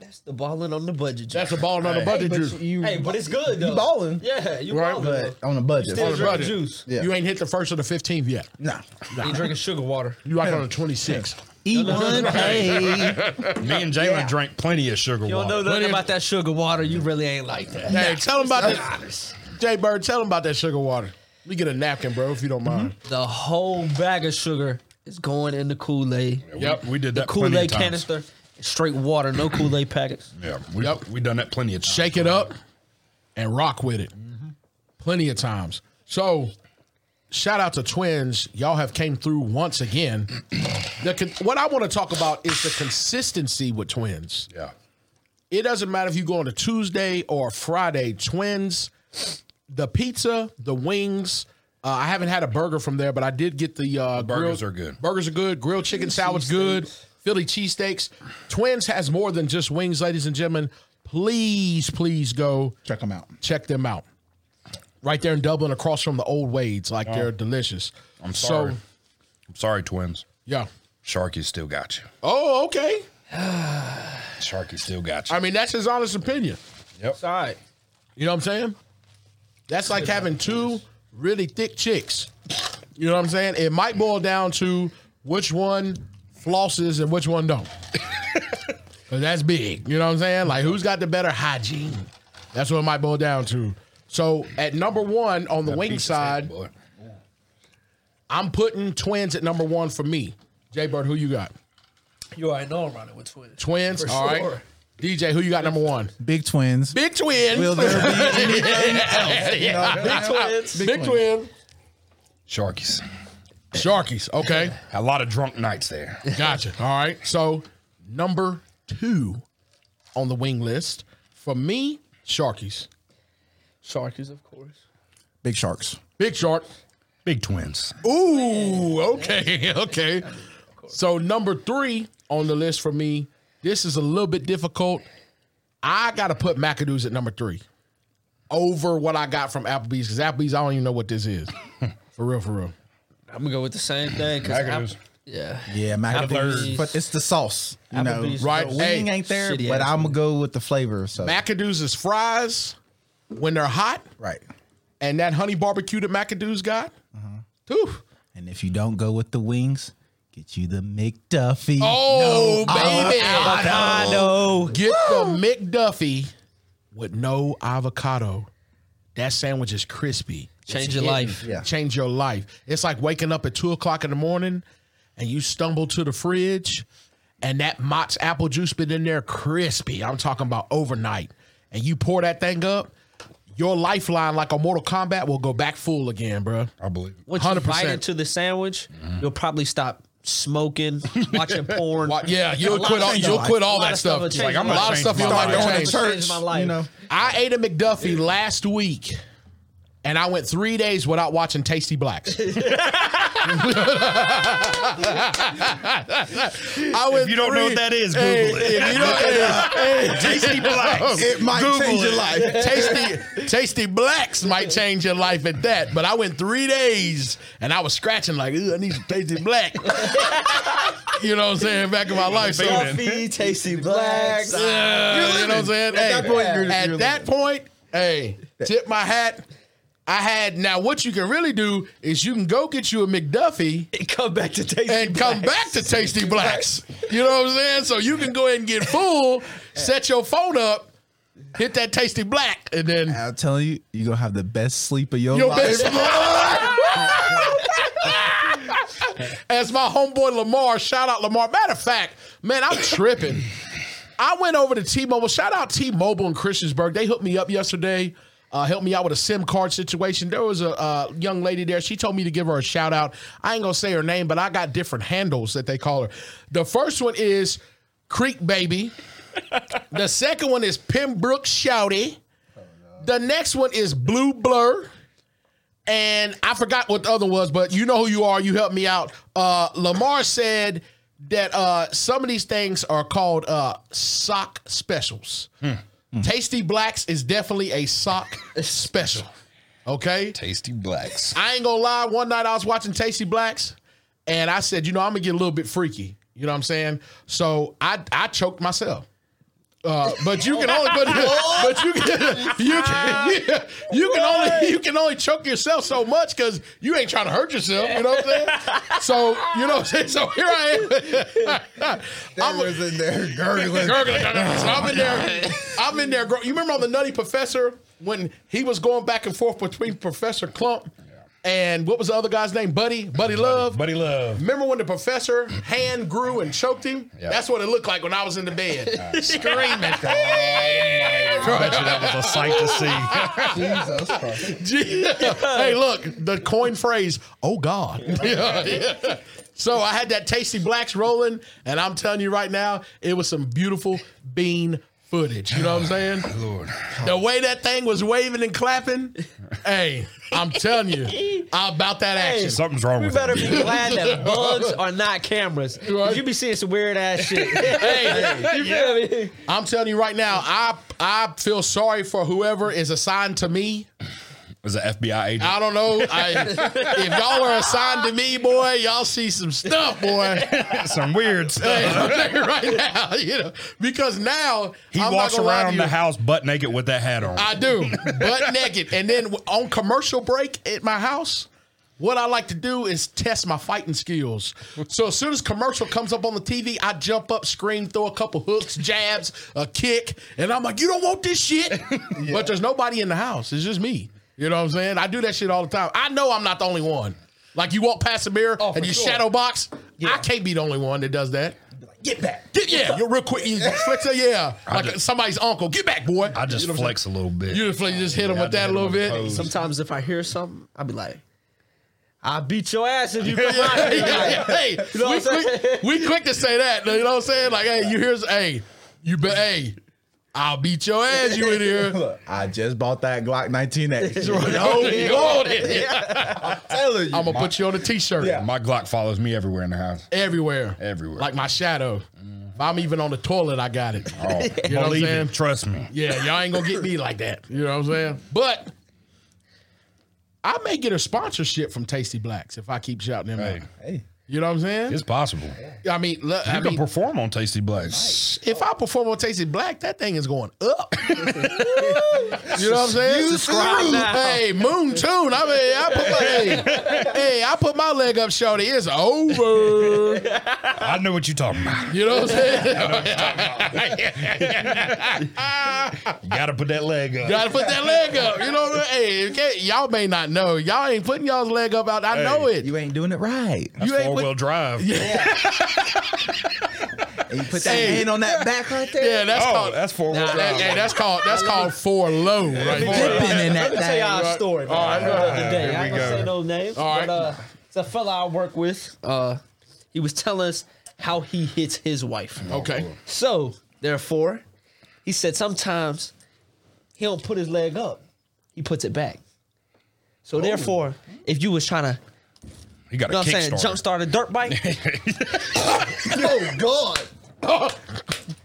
S3: that's the balling on the budget. Jack.
S2: that's a ball on the budget, Drew.
S6: But you,
S3: hey, but it's good though.
S6: You balling.
S3: Yeah, you
S2: Right,
S3: balling.
S6: but
S3: though.
S6: on a budget.
S3: Still
S2: on the
S3: drinking
S2: budget.
S3: juice.
S6: Yeah.
S2: You ain't hit the first or the fifteenth yet.
S6: nah.
S3: He drinking sugar water.
S2: You like on the twenty sixth.
S6: E one pay.
S5: Me and Jalen
S6: Yeah.
S5: drank plenty of sugar
S3: You don't
S5: water.
S3: know nothing about that sugar water. You really ain't like that.
S2: Hey, tell them about that. Jay Bird, tell them about that sugar water. We get a napkin, bro, if you don't mind.
S3: The whole bag of sugar is going in the Kool Aid.
S5: We- we, did
S3: The
S5: that
S3: Kool Aid
S5: plenty of times.
S3: canister. Straight water, no Kool Aid packets.
S5: Yeah, we we done that plenty of times.
S2: Shake it up and rock with it. Plenty of times. So, shout out to Twins. Y'all have came through once again. The con- what I want to talk about is the consistency with Twins.
S5: Yeah,
S2: It doesn't matter if you go on a Tuesday or a Friday. Twins, the pizza, the wings. Uh, I haven't had a burger from there, but I did get the uh,
S5: Burgers
S2: grilled-
S5: are good.
S2: Burgers are good. Grilled chicken salad's good. Philly cheesesteaks. Twins has more than just wings, ladies and gentlemen. Please, please go
S4: Check them out.
S2: check them out. Right there in Dublin, across from the old Wades, like they're delicious.
S5: Oh. I'm sorry. I'm sorry, twins.
S2: yeah.
S5: Sharky still got you.
S2: Oh, okay.
S5: Sharky still got you.
S2: I mean, that's his honest opinion.
S3: It's all right.
S2: You know what I'm saying? That's like having two really thick chicks. You know what I'm saying? It might boil down to which one flosses and which one don't. 'Cause that's big. You know what I'm saying? Like who's got the better hygiene? That's what it might boil down to. So at number one on the wing
S5: Pizza's
S2: side,
S5: heavy, boy.
S2: I'm putting twins at number one for me. Jay Bird, who you got?
S3: You already know I'm running with twins.
S2: Twins.
S3: For
S2: all right.
S3: sure.
S2: DJ, who you got number one?
S6: Big twins.
S2: Big twins.
S6: Will there be
S2: Yeah.
S3: Twins.
S2: Big twin.
S5: Sharkies.
S2: Sharkies. Okay.
S5: A lot of drunk nights there.
S2: Gotcha. All right. So number two on the wing list for me, Sharkies.
S3: Sharkies, of course.
S6: Big sharks.
S2: Big shark.
S5: Big twins.
S2: Ooh. Okay. Okay. So number three on the list for me. This is a little bit difficult. I gotta put McAdoo's at number three over what I got from Applebee's because Applebee's I don't even know what this is. for real. For real.
S3: I'm gonna go with the same thing. 'cause
S5: McAdoo's.
S3: I'm- Yeah.
S6: Yeah,
S3: Applebee's.
S6: McAdoo's. But it's the sauce. You know,
S3: Applebee's is
S2: Right.
S6: The
S2: dope.
S6: wing
S2: Hey,
S6: ain't there,
S3: shitty
S6: but
S3: ass
S6: I'm gonna go with the flavor. So
S2: McAdoo's is fries when they're hot,
S6: right.
S2: and that honey barbecue that McAdoo's got. Ooh.
S6: And if you don't go with the wings, get you the McDuffie.
S2: Oh, baby.
S6: avocado.
S2: Get the McDuffie with no avocado. That sandwich is crispy.
S3: Change
S2: It's
S3: your
S2: hidden.
S3: life.
S6: Yeah.
S2: Change your life. It's like waking up at two o'clock in the morning and you stumble to the fridge and that Mott's apple juice been in there crispy. I'm talking about overnight. And you pour that thing up, your lifeline like a Mortal Kombat will go back full again, bruh.
S5: I believe.
S3: Once you
S2: 100%.
S3: bite into the sandwich, you'll probably stop smoking, watching porn.
S2: Why- Yeah, you'll
S3: lot
S2: quit
S3: of
S2: all
S3: things
S2: you'll
S6: I-
S2: quit
S3: a
S2: all
S3: lot
S2: that
S3: of
S2: stuff.
S3: will change.
S5: Like, I'm
S2: a
S5: gonna
S2: lot of
S5: change
S2: stuff
S5: my
S2: you don't like
S5: life.
S2: to
S5: Start
S6: Going
S2: change.
S6: to
S3: Changed
S6: church.
S3: my life.
S6: You know,
S2: I ate a McDuffie last week, and I went three days without watching Tasty Blacks. I went
S5: If you don't know what that is,
S2: Hey,
S5: Google it.
S2: if you don't- hey,
S5: Tasty Blacks.
S6: it might change your life.
S2: tasty, tasty blacks might change your life at that. But I went three days and I was scratching like, "Ew, I need some tasty black. you know what I'm saying? Back in my life, so
S3: Coffee, tasty blacks.
S2: Uh, you know what I'm saying? At
S6: that point, you're-
S2: at
S6: you're
S2: that point, hey, tip my hat. I had now. What you can really do is you can go get you a McDuffie
S3: Come back to tasty
S2: and come back to Tasty Blacks. You know what I'm saying? So you can go ahead and get full, set your phone up, hit that Tasty Black, and then
S6: I'm telling you, you're gonna have the best sleep of your,
S2: your
S6: life.
S2: best. As my homeboy Lamar, shout out Lamar. Matter of fact, man, I'm tripping. I went over to T-Mobile. Shout out T-Mobile in Christiansburg. They hooked me up yesterday. Uh, helped me out with a SIM card situation. There was a uh, young lady there. She told me to give her a shout out. I ain't gonna say her name, but I got different handles that they call her. The first one is Creek Baby. the second one is Pembroke Shouty. The next one is Blue Blur. and I forgot what the other was, but you know who you are. You helped me out. Uh, Lamar said that uh, some of these things are called uh, sock specials. Tasty Blacks is definitely a sock special. Okay,
S5: Tasty blacks.
S2: I ain't gonna lie. One night I was watching Tasty Blacks, and I said, you know, I'm gonna get a little bit freaky. You know what I'm saying? So I I choked myself. Uh, but you can only but, but you can you can you, can only you can only choke yourself so much because you ain't trying to hurt yourself. You know what I'm saying? So you know what I'm saying. So here I am. I'm a-
S6: in there gurgling.
S2: gurgling. So I'm in there. I'm in there. gro- You remember on the Nutty Professor when he was going back and forth between Professor Clump and what was the other guy's name? Buddy. Buddy Love.
S5: Buddy Love.
S2: Remember when the professor hand grew and choked him?
S5: Yeah.
S2: That's what it looked like when I was in the bed, screaming.
S1: I bet you that was a sight to see.
S6: Jesus Christ.
S2: Gee. hey, look, the coin phrase, oh God. Yeah, yeah. So I had that tasty blacks rolling, and I'm telling you right now, it was some beautiful bean footage. You know what I'm saying?
S5: Lord.
S2: The way that thing was waving and clapping, hey, I'm telling you, about that action.
S5: Something's wrong
S3: We
S5: with
S3: better
S5: it.
S3: be glad that bugs are not cameras. 'Cause You be seeing some weird ass shit.
S2: Hey,
S3: you feel me?
S2: I'm telling you right now, I I feel sorry for whoever is assigned to me.
S5: As an FBI agent.
S2: I don't know. I, if y'all are assigned to me, boy, y'all see some stuff, boy.
S5: Some weird
S2: Hey,
S5: stuff.
S2: I'm telling you right now, you know, because now
S5: He
S2: I'm not
S5: walks
S2: gonna lie to
S5: around
S2: you.
S5: the house butt naked with that hat on.
S2: I do, butt naked, and then w- on commercial break at my house. What I like to do is test my fighting skills. So as soon as commercial comes up on the TV, I jump up, scream, throw a couple hooks, jabs, a kick, and I'm like, "You don't want this shit." But there's nobody in the house. It's just me. You know what I'm saying? I do that shit all the time. I know I'm not the only one. Like you walk past the mirror
S5: Oh,
S2: and you shadow box. I can't be the only one that does that.
S6: Get back.
S2: Get, yeah, you're real quick. You flex it, yeah. Like somebody's uncle. Get back, boy.
S5: I just flex a little bit.
S2: You just, flex- you just hit him
S5: Yeah, I
S2: with that
S5: did
S2: a little
S5: with the
S2: bit.
S5: pose.
S3: Sometimes if I hear something, I'll be like, I'll beat your ass if you come out here.
S2: Yeah,
S3: Like,
S2: yeah, hey,
S3: know
S2: we,
S3: what I'm saying?
S2: quick, we quick to say that. You know what I'm saying? Like, hey, you here's, hey, you bet, hey, I'll beat your ass. You in here?
S6: Look, I just bought that Glock 19X.
S5: oh,
S2: No, you want it.
S6: telling you.
S2: I'm gonna put you on a t-shirt
S5: My Glock follows me everywhere in the house.
S2: everywhere,
S5: Everywhere.
S2: like my shadow. If I'm even on the toilet, I got it.
S5: Oh,
S2: You know what I'm
S5: believe
S2: saying?
S5: it. Trust me.
S2: Yeah, y'all ain't gonna get me like that. You know what I'm saying? But I may get a sponsorship from Tasty Blacks if I keep shouting them
S5: Hey,
S2: out.
S6: hey,
S2: You know what I'm saying?
S5: it's possible.
S2: I mean, look, I
S5: You can
S2: mean
S5: perform on Tasty Blacks.
S2: if I perform on Tasty Black, that thing is going up. you know what I'm saying?
S3: Subscribe now.
S2: Hey, Moon Tune. I mean, I put my hey, hey, I put my leg up, shorty. It's over.
S5: I know what you're talking about.
S2: You know what I'm saying?
S5: You gotta put that leg up.
S2: Gotta put that leg up. You know what I'm saying? Hey, you can't- y'all may not know. Y'all ain't putting y'all's leg up out. I know it.
S6: you ain't doing it right.
S5: That's
S2: you ain't
S5: four
S2: put-
S5: wheel drive.
S6: And you put that
S2: Hey.
S6: hand on that back right there.
S2: Yeah, that's
S5: Oh,
S2: called
S5: that's four wheel
S3: Nah,
S5: drive.
S2: Hey, that's called that's called four low right there.
S6: Dipping in
S3: Let
S6: that
S3: me tell
S6: thing.
S3: y'all a story. Man. I heard the other day. I ain't
S5: we
S3: gonna
S5: go.
S3: say no names,
S2: All right.
S3: but uh, it's a fella I work with. Uh, he was telling us how he hits his wife.
S2: Okay.
S3: So therefore, he said sometimes he don't put his leg up; he puts it back. So therefore, if you was trying to,
S5: you got
S3: you know
S5: a
S3: what I'm saying,
S5: kickstart.
S3: jump start a dirt bike. oh God.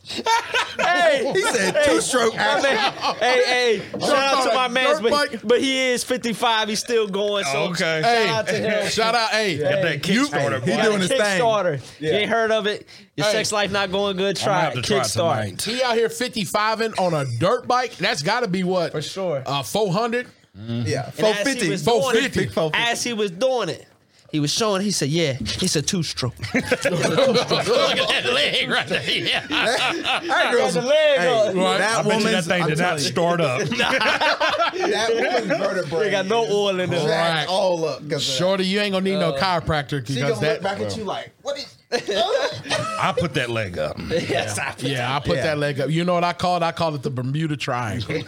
S3: hey,
S6: He said two stroke.
S3: I mean, hey, hey, shout out to my
S2: bike,
S3: man's,
S2: dirt
S3: but,
S2: bike.
S3: but he is 55. He's still going. So
S5: Okay.
S3: shout
S2: Hey,
S3: out to him.
S2: shout out, hey,
S5: Got that Kickstarter.
S6: He
S5: boy.
S6: doing his thing.
S3: Kickstarter. You ain't heard of it. Your
S2: Hey.
S3: sex life not going good.
S5: I'm gonna
S3: Try
S5: have
S3: it.
S5: to try
S3: Kickstarter.
S5: tonight.
S2: He out here 55ing on a dirt bike. That's got to be what?
S3: For sure.
S2: Uh, 400.
S6: Yeah,
S3: And as he
S6: 450.
S3: was doing it-
S6: 450. Big 450.
S3: As he was doing it, he was showing. He said, "Yeah, it's a two stroke."
S2: Look at that leg right there. Yeah.
S6: That girl's
S3: the leg
S6: hey,
S3: up.
S2: Right.
S5: I
S6: That
S5: bet you
S6: woman's
S5: that thing
S6: I'm
S5: did
S6: telling
S5: not
S6: you,
S5: start up.
S6: That woman's vertebrae.
S3: They got no oil in
S6: is
S3: there.
S2: Right.
S6: jacked all up because
S2: Shorty, you ain't gonna need no chiropractor
S6: Uh, she
S2: because
S6: gonna
S2: that.
S6: look back at you like, what is?
S5: I put that leg up.
S3: Yes, I
S2: Yeah, I put
S6: Yeah.
S2: that leg up. You know what I called? I called it the Bermuda Triangle.
S6: when you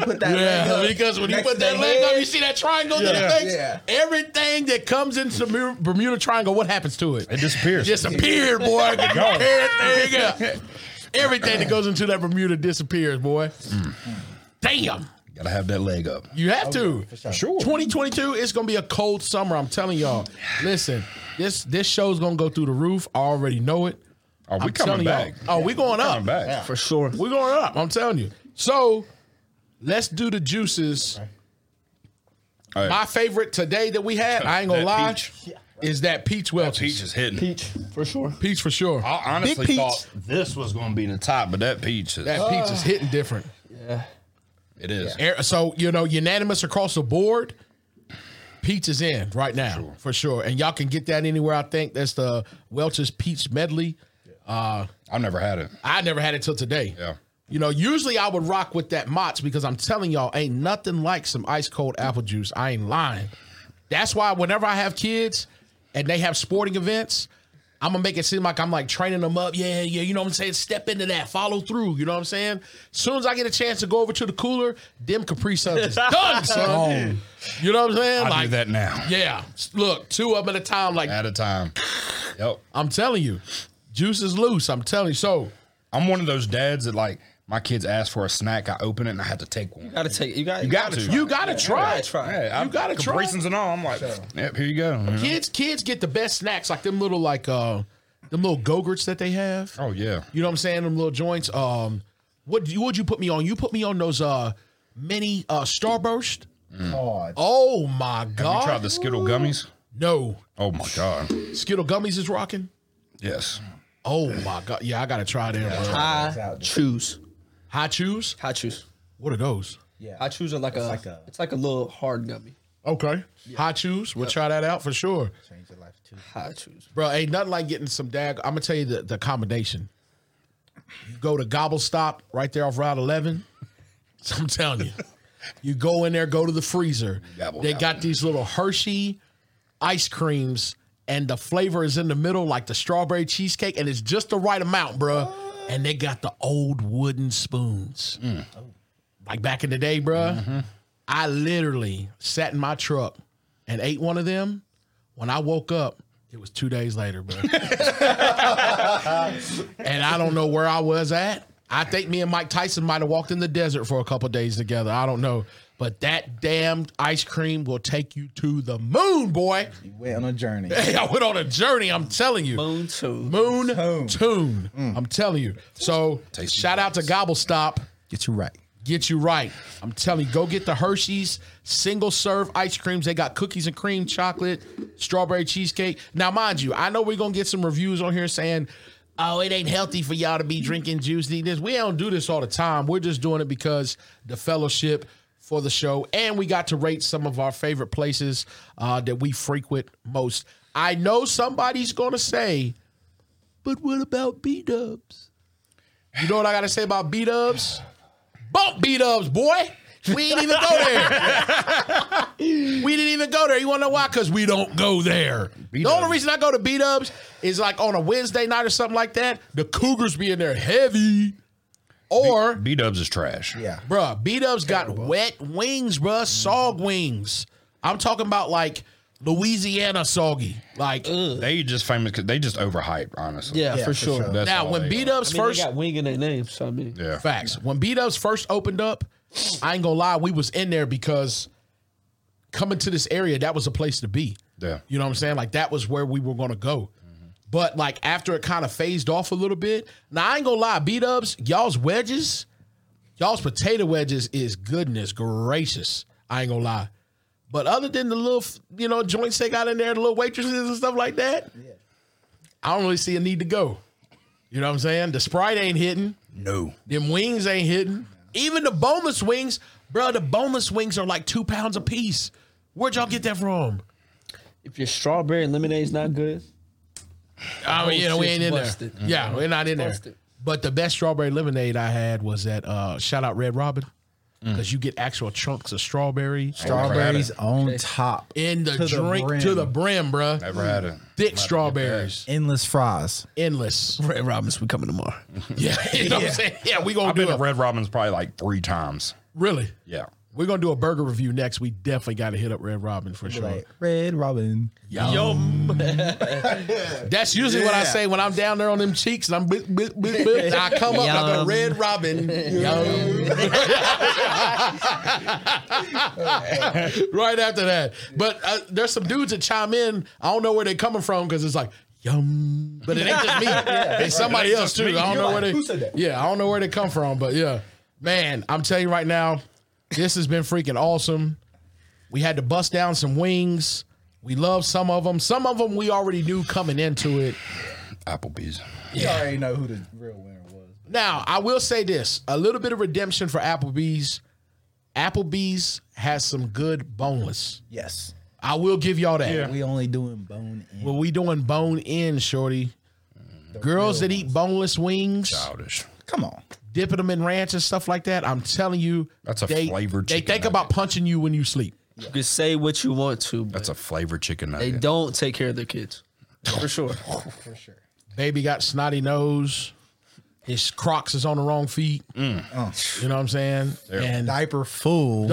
S6: put that leg
S2: Yeah,
S6: up,
S2: because when you
S6: next
S2: put
S6: to
S2: that
S6: the
S2: leg
S6: head,
S2: up, you see that triangle. Yeah.
S5: Yeah.
S2: That thing?
S6: Yeah.
S2: Everything that comes into the Bermu- Bermuda Triangle, what happens to it?
S5: It disappears.
S2: disappeared, boy.
S5: Gone.
S2: Everything, up. everything that goes into that Bermuda disappears, boy. Mm. Damn.
S5: Gotta have that leg up.
S2: You have to.
S5: Sure.
S2: 2022, it's gonna be a cold summer. I'm telling y'all. Listen, this this show's gonna go through the roof. I already know it.
S5: Are we
S2: I'm
S5: coming
S2: telling
S5: back?
S2: Y'all, oh, we going up.
S5: Coming back.
S3: for sure.
S2: We're going up. I'm telling you. So let's do the juices.
S5: All right.
S2: My favorite today that we had, I ain't gonna
S5: That
S2: lie,
S5: peach.
S2: is that peach Welch's.
S5: Peach is hidden.
S3: Peach, for sure.
S2: Peach for sure.
S5: I honestly
S6: Big peach.
S5: thought this was gonna be the top, but that peach is
S2: That peach is hitting different.
S5: it is.
S2: Er- So you know, unanimous across the board. Peach is in right now for sure, and y'all can get that anywhere. I think that's the Welch's Peach Medley.
S5: I've never had it.
S2: I never had it till today.
S5: Yeah.
S2: You know, usually I would rock with that Mott's because I'm telling y'all, ain't nothing like some ice cold apple juice. I ain't lying. That's why whenever I have kids and they have sporting events, I'm gonna make it seem like I'm like training them up. Yeah, yeah, you know what I'm saying? Step into that, follow through. You know what I'm saying? Soon as I get a chance to go over to the cooler, them Capri Suns is done, son. You know what I'm saying?
S5: Oh. I do that now.
S2: Yeah. Look, two of them at a time. Like
S5: At a time. Yep.
S2: I'm telling you, juice is loose. I'm telling you. So
S5: I'm one of those dads that like my kids ask for a snack, I open it and I have to take one.
S3: Gotta take you got
S5: You got to.
S2: you gotta try
S3: gotta
S2: it.
S3: try
S5: Hey,
S3: it.
S5: I'm-
S2: gotta try.
S5: Capricins and all. I'm like, yep, here you go. you know?
S2: kids kids get the best snacks like them little like uh them little gogurts that they have
S5: Oh yeah.
S2: you know what i'm saying them little joints um what you would you put me on you put me on those uh mini uh starburst
S5: Mm.
S4: God.
S2: oh my
S5: You tried
S2: god
S5: the Skittle gummies?
S2: no
S5: Oh my god.
S2: skittle gummies is rocking
S5: Yes.
S2: oh my god yeah i gotta try them bro.
S3: I choose.
S2: high chews
S3: I choose.
S2: what are those
S3: I choose are like a,
S4: like a-
S3: it's like a little hard gummy.
S2: okay high chews we'll try that out for sure
S4: Change your life too.
S3: I choose.
S2: Bro, ain't nothing like getting some dag. I'm gonna tell you the, the combination. You go to Gobble Stop right there off Route 11. So I'm telling you, you go in there, go to the freezer.
S5: Gobble,
S2: they got
S5: gobble.
S2: these little Hershey ice creams, and the flavor is in the middle, like the strawberry cheesecake, and it's just the right amount, bro. And they got the old wooden spoons,
S5: Mm.
S2: like back in the day, bro.
S5: Mm-hmm.
S2: I literally sat in my truck and ate one of them. When I woke up, it was two days later, bro. and I don't know where I was at. I think me and Mike Tyson might have walked in the desert for a couple days together. I don't know. But that damn ice cream will take you to the moon, boy.
S4: You went on a journey.
S2: Hey, I went on a journey, I'm telling you.
S3: Moon two.
S2: Moon tune. I'm telling you. So shout out to Gobble Stop
S6: Get you right.
S2: get you right. I'm telling you, go get the Hershey's single serve ice creams. They got cookies and cream, chocolate, strawberry cheesecake. Now, mind you, I know we're gonna get some reviews on here saying, "Oh, it ain't healthy for y'all to be drinking juice." eating This we don't do this all the time. We're just doing it because the fellowship for the show, and we got to rate some of our favorite places uh, that we frequent most. I know somebody's gonna say, "But what about B Dubs?" You know what I gotta say about B Dubs? bump beat ups, boy. We didn't even go there. we didn't even go there. You want to know why? Because we don't go there. The only reason I go to beat ups is like on a Wednesday night or something like that. The Cougars be in there heavy. Or,
S5: B Dubs is trash. Yeah.
S2: bruh, beat ups got wet wings, bruh, sog wings. I'm talking about like Louisiana soggy. Like,
S5: They just famous because they just overhyped, honestly.
S3: Yeah, for, sure.
S5: That's
S2: now
S5: all
S2: when
S5: they
S2: beat
S5: are.
S2: ups
S3: I mean,
S2: first
S3: they got wing in their name, so I mean,
S5: Yeah.
S2: Facts. When beat ups first opened up, I ain't gonna lie, we was in there because coming to this area, that was a place to be.
S5: Yeah. Mm-hmm.
S2: You know what I'm saying? Like that was where we were gonna go. But like after it kind of phased off a little bit, now I ain't gonna lie, beat ups, y'all's wedges, y'all's potato wedges is goodness gracious. I ain't gonna lie. But other than the little, you know, joints they got in there, the little waitresses and stuff like that, I don't really see a need to go. You know what I'm saying? The Sprite ain't hitting.
S5: No.
S2: Them wings ain't hitting. Even the boneless wings, bro. The boneless wings are like two pounds a piece. Where'd y'all get that from?
S3: if your strawberry lemonade's not good,
S2: I mean, you know, we
S3: shit's
S2: ain't in
S3: busted.
S2: there. Yeah, we're not in there.
S3: Busted.
S2: But the best strawberry lemonade I had was at uh, shout out Red Robin because you get actual chunks of strawberry
S6: Strawberries on top.
S2: in the
S6: To the
S2: drink
S6: brim.
S2: to the brim, bro.
S5: Never had it.
S2: Thick strawberries,
S6: Endless fries.
S2: endless.
S3: Red Robinson, we coming tomorrow.
S2: Yeah, you know what I'm saying. Yeah, we gonna
S5: I've
S2: do
S5: been to
S2: it.
S5: Red Robin's probably like three times.
S2: really.
S5: Yeah.
S2: We're gonna do a burger review next. We definitely got to hit up Red Robin for sure.
S6: Like Red Robin.
S2: Yum. That's usually what I say when I'm down there on them cheeks and I'm bit, bit, bit, bit. I come up and I go
S3: Yum.
S2: Red Robin. Yum. right after that. But uh, there's some dudes that chime in. I don't know where they're coming from because it's like yum, but it ain't just me. it's somebody else too. I don't know where they.
S6: who said that?
S2: Yeah, I don't know where they come from, but yeah, man, I'm telling you right now, this has been freaking awesome. We had to bust down some wings. We love some of them. Some of them we already knew coming into it.
S5: Applebee's.
S6: You already know who the real winner was.
S2: Now, I will say this a little bit of redemption for Applebee's. Applebee's has some good boneless.
S6: Yes.
S2: I will give y'all that.
S6: We only doing bone in.
S2: But we doing bone in, shorty. Girls that eat boneless wings,
S5: Childish.
S6: Come on.
S2: dipping them in ranch and stuff like that. I'm telling you,
S5: That's a
S2: they,
S5: flavored
S2: They
S5: chicken
S2: think
S5: nugget.
S2: about punching you when you sleep.
S3: You can say what you want to, but
S5: That's a flavored chicken
S3: they
S5: nugget.
S3: don't take care of their kids. For sure.
S2: Baby got snotty nose. His Crocs is on the wrong feet.
S6: Uh.
S2: You know what I'm saying? And
S6: Diaper fool.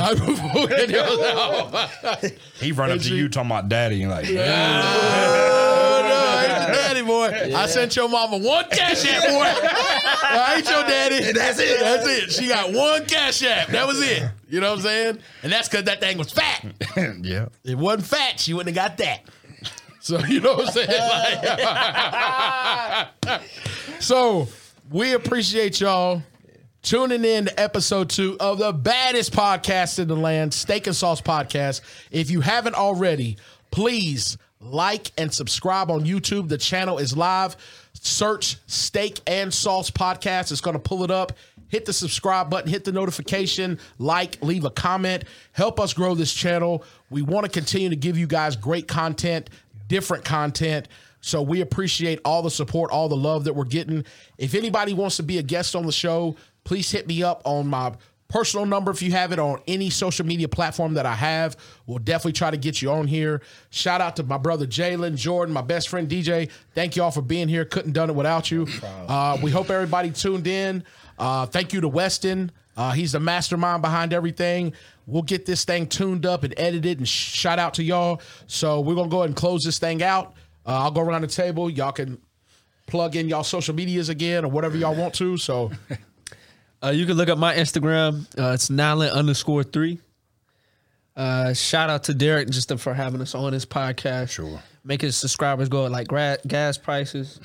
S5: He run up to you talking about daddy and like,
S2: daddy boy. I sent your mama one cash app, boy. I ain't your daddy. that's it. That's it. She got one cash app. That was it. You know what I'm saying? And that's because that thing was fat.
S5: yeah.
S2: If it wasn't fat, she wouldn't have got that. So you know what I'm saying? Like- so we appreciate y'all tuning in to episode two of the baddest podcast in the land, Steak and Sauce Podcast. If you haven't already, please like and subscribe on YouTube. The channel is live. Search Steak and Sauce Podcast. It's going to pull it up. Hit the subscribe button, hit the notification, like, leave a comment. Help us grow this channel. We want to continue to give you guys great content, different content. So we appreciate all the support, all the love that we're getting. If anybody wants to be a guest on the show, please hit me up on my personal number if you have it on any social media platform that I have. We'll definitely try to get you on here. Shout out to my brother Jalen, Jordan, my best friend DJ. Thank y'all for being here. Couldn't done it without you. Uh, we hope everybody tuned in. Uh, thank you to Weston. Uh, he's the mastermind behind everything. We'll get this thing tuned up and edited and sh- shout out to y'all. So we're gonna go ahead and close this thing out. Uh, I'll go around the table. Y'all can plug in y'all social medias again or whatever y'all want to. So
S3: Uh, you can look up my Instagram. Uh, it's Nyland underscore three. Uh, shout out to Derek just for having us on his podcast.
S5: Sure.
S3: Making subscribers go up like gra- gas prices.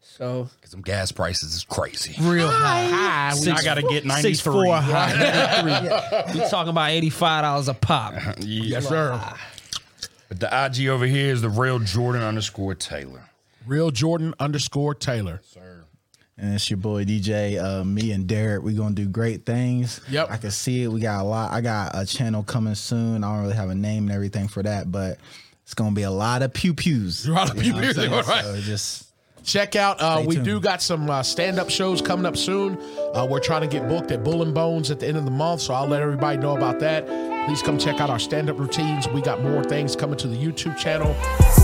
S3: So
S5: Cause some gas prices is crazy.
S3: real high.
S5: I gotta get ninety
S3: Six
S5: three.
S3: four high. We talking about eighty five dollars a pop.
S5: Yes, sir. But the IG over here is the real Jordan underscore Taylor.
S2: real Jordan underscore Taylor.
S6: And it's your boy DJ. Uh, me and Derek, we gonna do great things.
S2: Yep.
S6: I can see it. We got a lot. I got a channel coming soon. I don't really have a name and everything for that, but it's gonna be a lot of pew pews.
S2: lot of pew pews, all right.
S6: So just
S2: Check out. Uh,
S6: Stay
S2: we
S6: tuned.
S2: do got some uh, stand up shows coming up soon. Uh, we're trying to get booked at Bull and Bones at the end of the month, so I'll let everybody know about that. Please come check out our stand up routines. We got more things coming to the YouTube channel,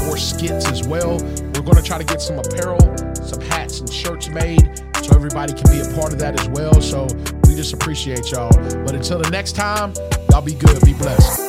S2: more skits as well. We're going to try to get some apparel, some hats and shirts made, so everybody can be a part of that as well. So we just appreciate y'all. But until the next time, y'all be good, be blessed.